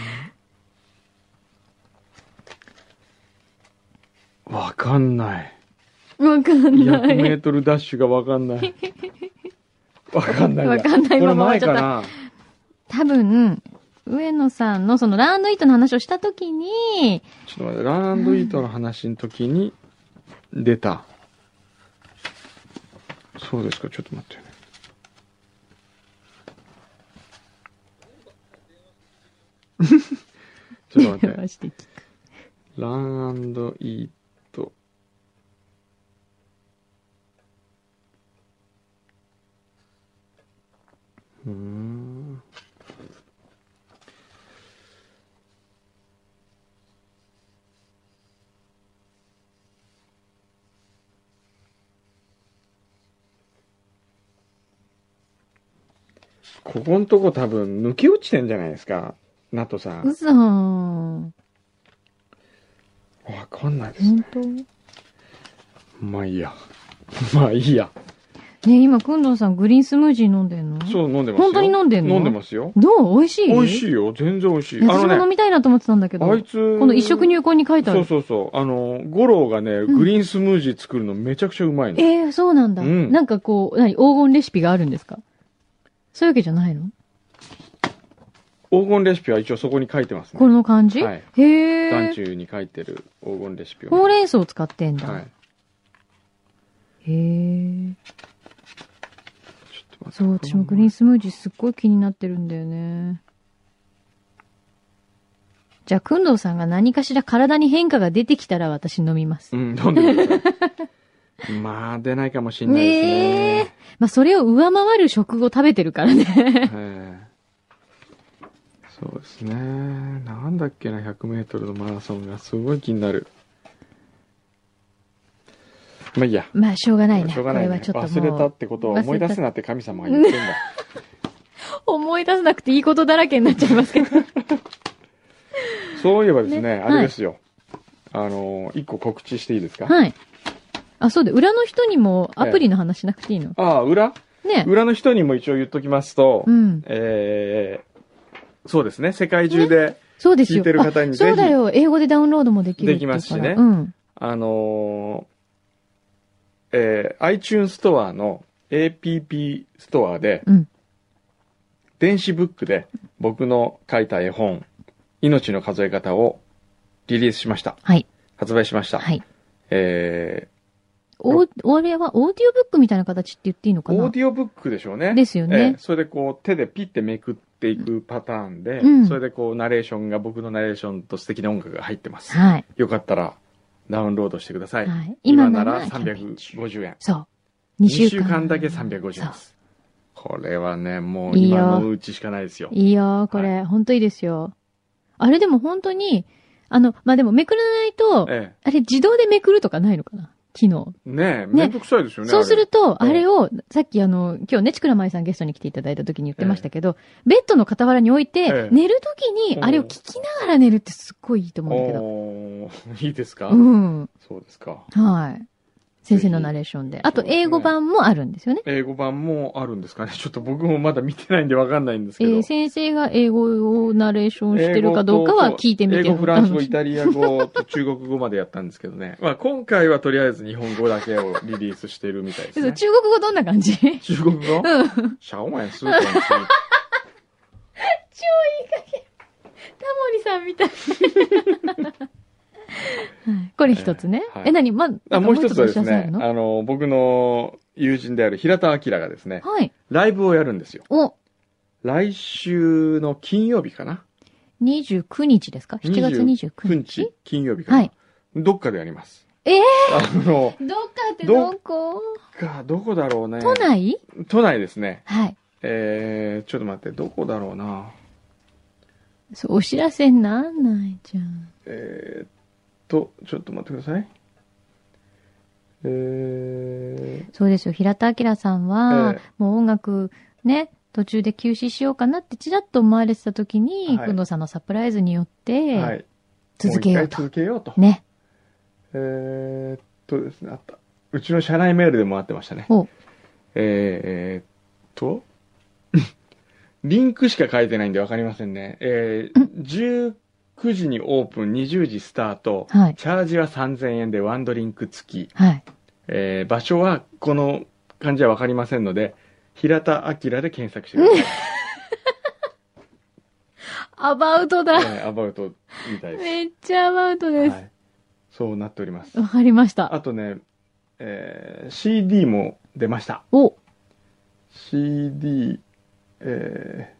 [SPEAKER 1] わかんない。
[SPEAKER 2] わかんな
[SPEAKER 1] 100メ
[SPEAKER 2] い。
[SPEAKER 1] ートルダッシュがわか んない。わかんない。
[SPEAKER 2] わかんない
[SPEAKER 1] これ
[SPEAKER 2] まま
[SPEAKER 1] 前
[SPEAKER 2] 終
[SPEAKER 1] か
[SPEAKER 2] わっち
[SPEAKER 1] な。
[SPEAKER 2] 多分、上野さんのそのラウンドイートの話をしたときに、
[SPEAKER 1] ちょっと待って、ランイートの話の時に出た。そうですか、ちょっと待ってね。ちょ
[SPEAKER 2] 電
[SPEAKER 1] っと待って。
[SPEAKER 2] 話して聞く。
[SPEAKER 1] ランイート。うーん。ここんとこ多分抜け落ちてんじゃないですか。ナトさん。
[SPEAKER 2] 嘘。本
[SPEAKER 1] わかんないですね。
[SPEAKER 2] 当ね
[SPEAKER 1] まあいいや。 まあいいや。
[SPEAKER 2] 今、くんどうさんグリーンスムージー飲んでんの
[SPEAKER 1] そう、飲んでますよ。
[SPEAKER 2] 本当に飲んでんの
[SPEAKER 1] 飲んでますよ。
[SPEAKER 2] どう美味しい
[SPEAKER 1] 美味しいよ。全然美味しい。
[SPEAKER 2] 私
[SPEAKER 1] あ
[SPEAKER 2] も飲
[SPEAKER 1] のね、
[SPEAKER 2] みたいなと思ってたんだけど。
[SPEAKER 1] あい
[SPEAKER 2] こ
[SPEAKER 1] つ、
[SPEAKER 2] の一食入魂に書いてあ
[SPEAKER 1] そう
[SPEAKER 2] る。
[SPEAKER 1] そうそう。あの、五郎がね、
[SPEAKER 2] ん
[SPEAKER 1] グリーンスムージー作るのめちゃくちゃうまいの。
[SPEAKER 2] ええ、そうなんだ。
[SPEAKER 1] うん
[SPEAKER 2] なんかこう、何黄金レシピがあるんですかそういうわけじゃないの
[SPEAKER 1] 黄金レシピは一応そこに書いてます
[SPEAKER 2] こ
[SPEAKER 1] ね。
[SPEAKER 2] の感じ
[SPEAKER 1] はい
[SPEAKER 2] へ
[SPEAKER 1] 団
[SPEAKER 2] え。
[SPEAKER 1] 中に書いてる黄金レシピを
[SPEAKER 2] ほう
[SPEAKER 1] ね。
[SPEAKER 2] れん草を使ってんだ。
[SPEAKER 1] はい。
[SPEAKER 2] へえ。
[SPEAKER 1] ちょっと待って
[SPEAKER 2] そう、私もグリーンスムージーすっごい気になってるんだよね。じゃあ、くんどうさんが何かしら体に変化が出てきたら私飲みます。
[SPEAKER 1] うん、飲んでく ださい。まあ、出ないかもしれないですね。
[SPEAKER 2] ねまあ、それを上回る食を食べてるからね。
[SPEAKER 1] ええそうですね。なんだっけな、100メートルのマラソンがすごい気になる。まあいいや。
[SPEAKER 2] まあ、しょうがないね。
[SPEAKER 1] しょうがない、
[SPEAKER 2] これ
[SPEAKER 1] ね。
[SPEAKER 2] はちょっと
[SPEAKER 1] 忘れ
[SPEAKER 2] も
[SPEAKER 1] た
[SPEAKER 2] う
[SPEAKER 1] っ、てことを思い出すなって神様が言ってんだ。
[SPEAKER 2] 思い出さなくていいことだらけになっちゃいますけど。
[SPEAKER 1] そういえばですね、
[SPEAKER 2] ね
[SPEAKER 1] あれですよ。あの、一個告知していいですか、
[SPEAKER 2] はい。あ、そうで、裏の人にもアプリの話しなくていいの、
[SPEAKER 1] ああ、裏
[SPEAKER 2] ね。
[SPEAKER 1] 裏の人にも一応言っときますと、
[SPEAKER 2] うん。
[SPEAKER 1] えーそうですね、世界中で、
[SPEAKER 2] そうですよ。
[SPEAKER 1] 聞いてる方
[SPEAKER 2] あ
[SPEAKER 1] にぜひ
[SPEAKER 2] そうだよ。英語でダウンロードもできるっていうから
[SPEAKER 1] できますしね
[SPEAKER 2] うん。
[SPEAKER 1] あのーえー iTunes ストアの APP ストアで、
[SPEAKER 2] うん
[SPEAKER 1] 電子ブックで僕の書いた絵本、命の数え方をリリースしました。
[SPEAKER 2] はい。
[SPEAKER 1] 発売しました。
[SPEAKER 2] はい。
[SPEAKER 1] え
[SPEAKER 2] お、俺はオーディオブックみたいな形って言っていいの
[SPEAKER 1] ー
[SPEAKER 2] かな
[SPEAKER 1] オーディオブックでしょうね。
[SPEAKER 2] ですよね
[SPEAKER 1] えーそれでこう手でピッてめくっていくパターンで、
[SPEAKER 2] うん
[SPEAKER 1] それでこうナレーションが僕のナレーションと素敵な音楽が入ってます。
[SPEAKER 2] はい。
[SPEAKER 1] よかったらダウンロードしてください。
[SPEAKER 2] はい。
[SPEAKER 1] 今なら
[SPEAKER 2] 350
[SPEAKER 1] 350円。
[SPEAKER 2] そう。2
[SPEAKER 1] 2
[SPEAKER 2] 週
[SPEAKER 1] 週
[SPEAKER 2] 間。
[SPEAKER 1] 間だけ350円
[SPEAKER 2] そ
[SPEAKER 1] で
[SPEAKER 2] う。
[SPEAKER 1] す。これはね、もう
[SPEAKER 2] いいよ
[SPEAKER 1] 今のうちしかないですよ。
[SPEAKER 2] いいよ、これ。ほんといいですよ。あれでも本当に、あの、まあ、でもめくらないと、
[SPEAKER 1] え
[SPEAKER 2] あれ自動でめくるとかないのかな機能。
[SPEAKER 1] え。ねえ、めんどくさいですよね。
[SPEAKER 2] そうすると、
[SPEAKER 1] あ
[SPEAKER 2] あ
[SPEAKER 1] れ
[SPEAKER 2] れを、さっきあの、今日ね、ちくらまいさんゲストに来ていただいた時に言ってましたけど、ベッドの傍らに置いて、
[SPEAKER 1] ええ
[SPEAKER 2] 寝る時に
[SPEAKER 1] う、ん
[SPEAKER 2] あれを聞きながら寝るってすっごいいいと
[SPEAKER 1] あ
[SPEAKER 2] 思
[SPEAKER 1] れ。
[SPEAKER 2] うんだけど。
[SPEAKER 1] おーいい ですか、
[SPEAKER 2] うん。
[SPEAKER 1] そうですか。
[SPEAKER 2] はい。先生のナレーションで。あと、英語版もあるんですよね。
[SPEAKER 1] 英語版もあるんですかね。ちょっと僕もまだ見てないんでわかんないんです
[SPEAKER 2] え
[SPEAKER 1] けど。
[SPEAKER 2] ー先生が英語をナレーションしてるかどうかは聞いてみて
[SPEAKER 1] 英語、フランス語、イ
[SPEAKER 2] い。
[SPEAKER 1] タリア語と中国語までやったんですけ どね。まあ今回はとりあえず日本語だけをリリースしてるみたいです
[SPEAKER 2] そう
[SPEAKER 1] ね。
[SPEAKER 2] 中国語どんな 感じ
[SPEAKER 1] 中国語
[SPEAKER 2] うん。タモ
[SPEAKER 1] シャオマンスーパーンスー
[SPEAKER 2] リさんみたい。はいこれ一つね。
[SPEAKER 1] えーはい
[SPEAKER 2] え、何ま、
[SPEAKER 1] あもう一つはで
[SPEAKER 2] な
[SPEAKER 1] す
[SPEAKER 2] んかもう一お知ら
[SPEAKER 1] ね、
[SPEAKER 2] せある
[SPEAKER 1] あの、僕の友人である平田明がですね、
[SPEAKER 2] のはい。
[SPEAKER 1] ライブをやるんですよ。
[SPEAKER 2] お、
[SPEAKER 1] 来週の金曜日かな
[SPEAKER 2] 29日ですか ?7 月29
[SPEAKER 1] ?9
[SPEAKER 2] 日
[SPEAKER 1] 日、金曜日かな、
[SPEAKER 2] はい。
[SPEAKER 1] どっかでやります。
[SPEAKER 2] ええ
[SPEAKER 1] あの、
[SPEAKER 2] どっかって
[SPEAKER 1] ど
[SPEAKER 2] どこ
[SPEAKER 1] か、どこだろうね。
[SPEAKER 2] 都内
[SPEAKER 1] 都内ですね。
[SPEAKER 2] はい。
[SPEAKER 1] えー、ちょっと待って、どこだろうな。
[SPEAKER 2] そう、お知らせになんないじゃん。
[SPEAKER 1] えーっと、ちょっと待ってください。え
[SPEAKER 2] そうですよ。平田明さんは
[SPEAKER 1] ええ、
[SPEAKER 2] もう音楽、ね、途中で休止しようかなってちらっと思われてた時に、
[SPEAKER 1] はい
[SPEAKER 2] くんどさんのサプライズによっ
[SPEAKER 1] ー、
[SPEAKER 2] て、
[SPEAKER 1] い。
[SPEAKER 2] 続けよ
[SPEAKER 1] も
[SPEAKER 2] う
[SPEAKER 1] 一回
[SPEAKER 2] と。
[SPEAKER 1] 続けようと。
[SPEAKER 2] ね。
[SPEAKER 1] えーっとですね、あった。うちの社内メールでもあってましたね。
[SPEAKER 2] ほう
[SPEAKER 1] えー、えーっと、 リンクしか書いてないんでわかりませんね。えー、19時にオープン、20時スタート。
[SPEAKER 2] はい。
[SPEAKER 1] チャージは3000円でワンドリンク付き。
[SPEAKER 2] はい。
[SPEAKER 1] えー場所はこの感じはわかりませんので、平田明で検索してくださ
[SPEAKER 2] アバウト だ。
[SPEAKER 1] い。えーアバウトみたいで。
[SPEAKER 2] めっちゃアバウトです
[SPEAKER 1] は。い。そうなっております。
[SPEAKER 2] わかりました。
[SPEAKER 1] あとね、えー CD も出ました。
[SPEAKER 2] お、
[SPEAKER 1] CD、え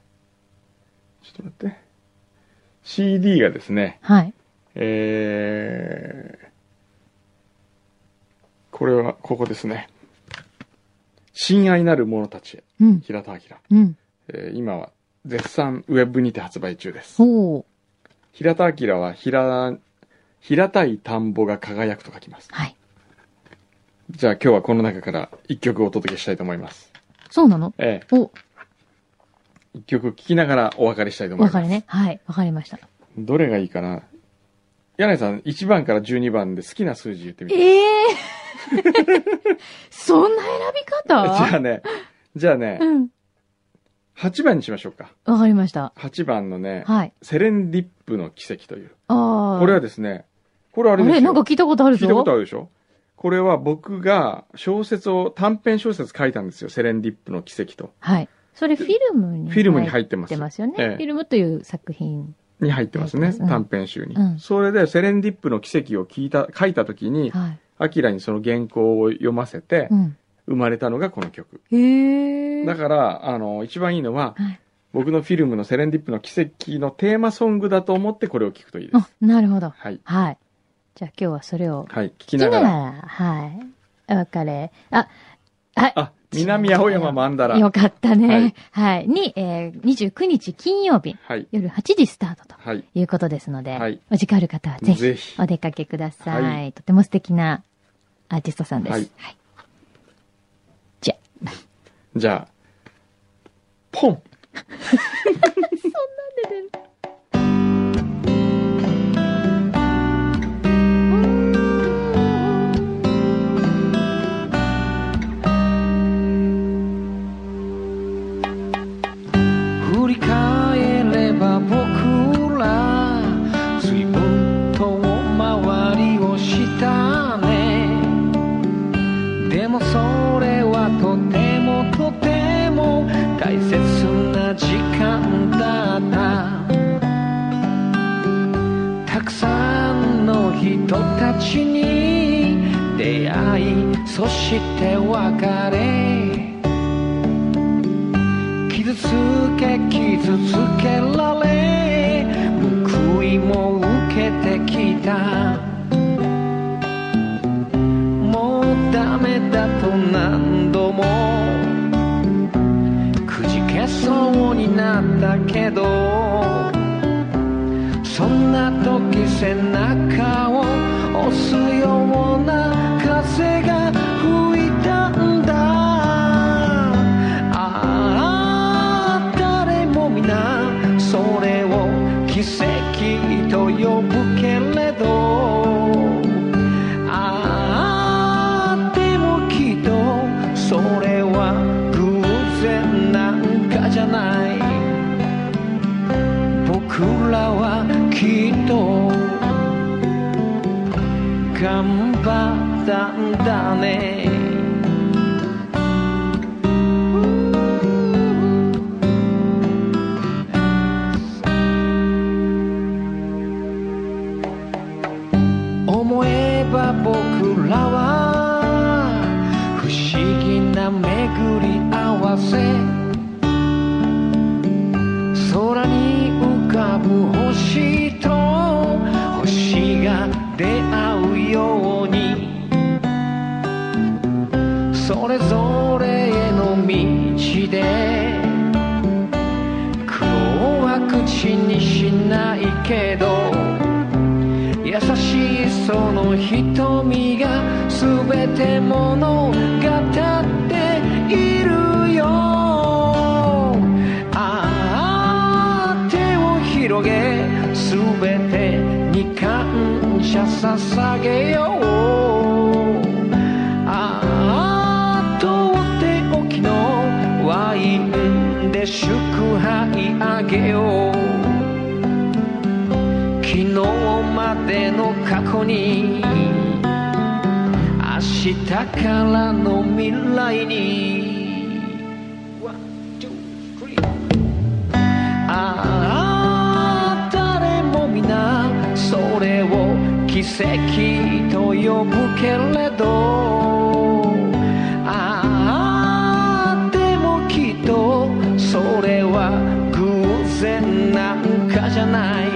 [SPEAKER 1] ー、ちょっと待って。CD がですね、
[SPEAKER 2] はい。
[SPEAKER 1] えー、これは、ここですね。親愛なる者たちへ、
[SPEAKER 2] うん。
[SPEAKER 1] 平田明。
[SPEAKER 2] うん。
[SPEAKER 1] えー今は絶賛ウェブにて発売中です。
[SPEAKER 2] ほう。
[SPEAKER 1] 平田明は平、平たい田んぼが輝くと書きます。
[SPEAKER 2] はい。
[SPEAKER 1] じゃあ今日はこの中から一曲お届けしたいと思います。
[SPEAKER 2] そうなの
[SPEAKER 1] ええ
[SPEAKER 2] お、
[SPEAKER 1] 一曲聴きながらお別れしたいと思
[SPEAKER 2] わ
[SPEAKER 1] います。
[SPEAKER 2] かるね。はい。わかりました。
[SPEAKER 1] どれがいいかな柳井さん、1番から12番で好きな数字言ってみて。
[SPEAKER 2] ええ そんな選び
[SPEAKER 1] じ ゃ
[SPEAKER 2] 方
[SPEAKER 1] あね、じゃあね
[SPEAKER 2] う、ん。
[SPEAKER 1] 8番にしましょうか。
[SPEAKER 2] わかりました。
[SPEAKER 1] 8番のね、
[SPEAKER 2] はい。
[SPEAKER 1] セレンディップの奇跡という。
[SPEAKER 2] ああ。
[SPEAKER 1] これはですね、これあ
[SPEAKER 2] あ
[SPEAKER 1] れですよ。
[SPEAKER 2] れなんか聞いたことあるぞ。
[SPEAKER 1] 聞いたことあるでしょこれは僕が小説を、短編小説書いたんですよ。セレンディップの奇跡と。
[SPEAKER 2] はい。それフィルムに。
[SPEAKER 1] フィルムに
[SPEAKER 2] っ
[SPEAKER 1] 入ってます。
[SPEAKER 2] てますよね。
[SPEAKER 1] ええ
[SPEAKER 2] フィルムという作品。
[SPEAKER 1] に入ってますね。
[SPEAKER 2] 入ってますうん
[SPEAKER 1] 短編集に、
[SPEAKER 2] うん
[SPEAKER 1] それでセレンディップの奇跡を聞いた、書いた時に、
[SPEAKER 2] はい。
[SPEAKER 1] アキラにその原稿を読ませて
[SPEAKER 2] うん。
[SPEAKER 1] 生まれたのがこの曲。
[SPEAKER 2] へえ。
[SPEAKER 1] だから、あの、一番いいのは
[SPEAKER 2] はい、
[SPEAKER 1] 僕のフィルムのセレンディップの奇跡のテーマソングだと思ってこれを聞くといいです。
[SPEAKER 2] あ、なるほど。
[SPEAKER 1] はい。
[SPEAKER 2] はい。じゃあ今日はそれを
[SPEAKER 1] はい。聞
[SPEAKER 2] 聞
[SPEAKER 1] き
[SPEAKER 2] きなが
[SPEAKER 1] ながら。
[SPEAKER 2] ら、はい。お別れ。あ、はい。
[SPEAKER 1] あ、南青山曼荼羅。
[SPEAKER 2] よかったね。はい、に、えー、29日金曜日、
[SPEAKER 1] はい。
[SPEAKER 2] 夜8時スタートと
[SPEAKER 1] はい。
[SPEAKER 2] いうことですので、
[SPEAKER 1] はい
[SPEAKER 2] お時間ある方はぜひ、
[SPEAKER 1] ぜひ。
[SPEAKER 2] お出かけください。
[SPEAKER 1] は
[SPEAKER 2] とても素敵なアーティストさんです。は
[SPEAKER 1] はいい。
[SPEAKER 2] じゃ
[SPEAKER 1] じゃあ、ポン
[SPEAKER 3] 振り返れば僕ら随分遠回りをしたねでもそれはとてもとても大切な時間だったたくさんの人たちに出会いそして別れ傷つけ傷つけられ報いも受けてきたもうダメだと何度もくじけそうになったけどそんな時背中を押すような風が吹いたんだああ誰も皆それを奇跡と呼ぶけれどああでもきっとそれは偶然なんかじゃない僕らはきっと頑張ったんだね思えば僕らは不思議な巡り合わせ空に浮かぶ星と星が出会うようにそれぞれへの道で苦労は口にしないけど優しいその瞳が全て物語っているよああ手を広げ全てに感謝捧げようああとっておきのワインで祝杯あげよう昨日までの過去に明日からの未来に One, two, three. ああ誰も皆それを奇跡と呼ぶけれどああでもきっとそれは偶然なんかじゃない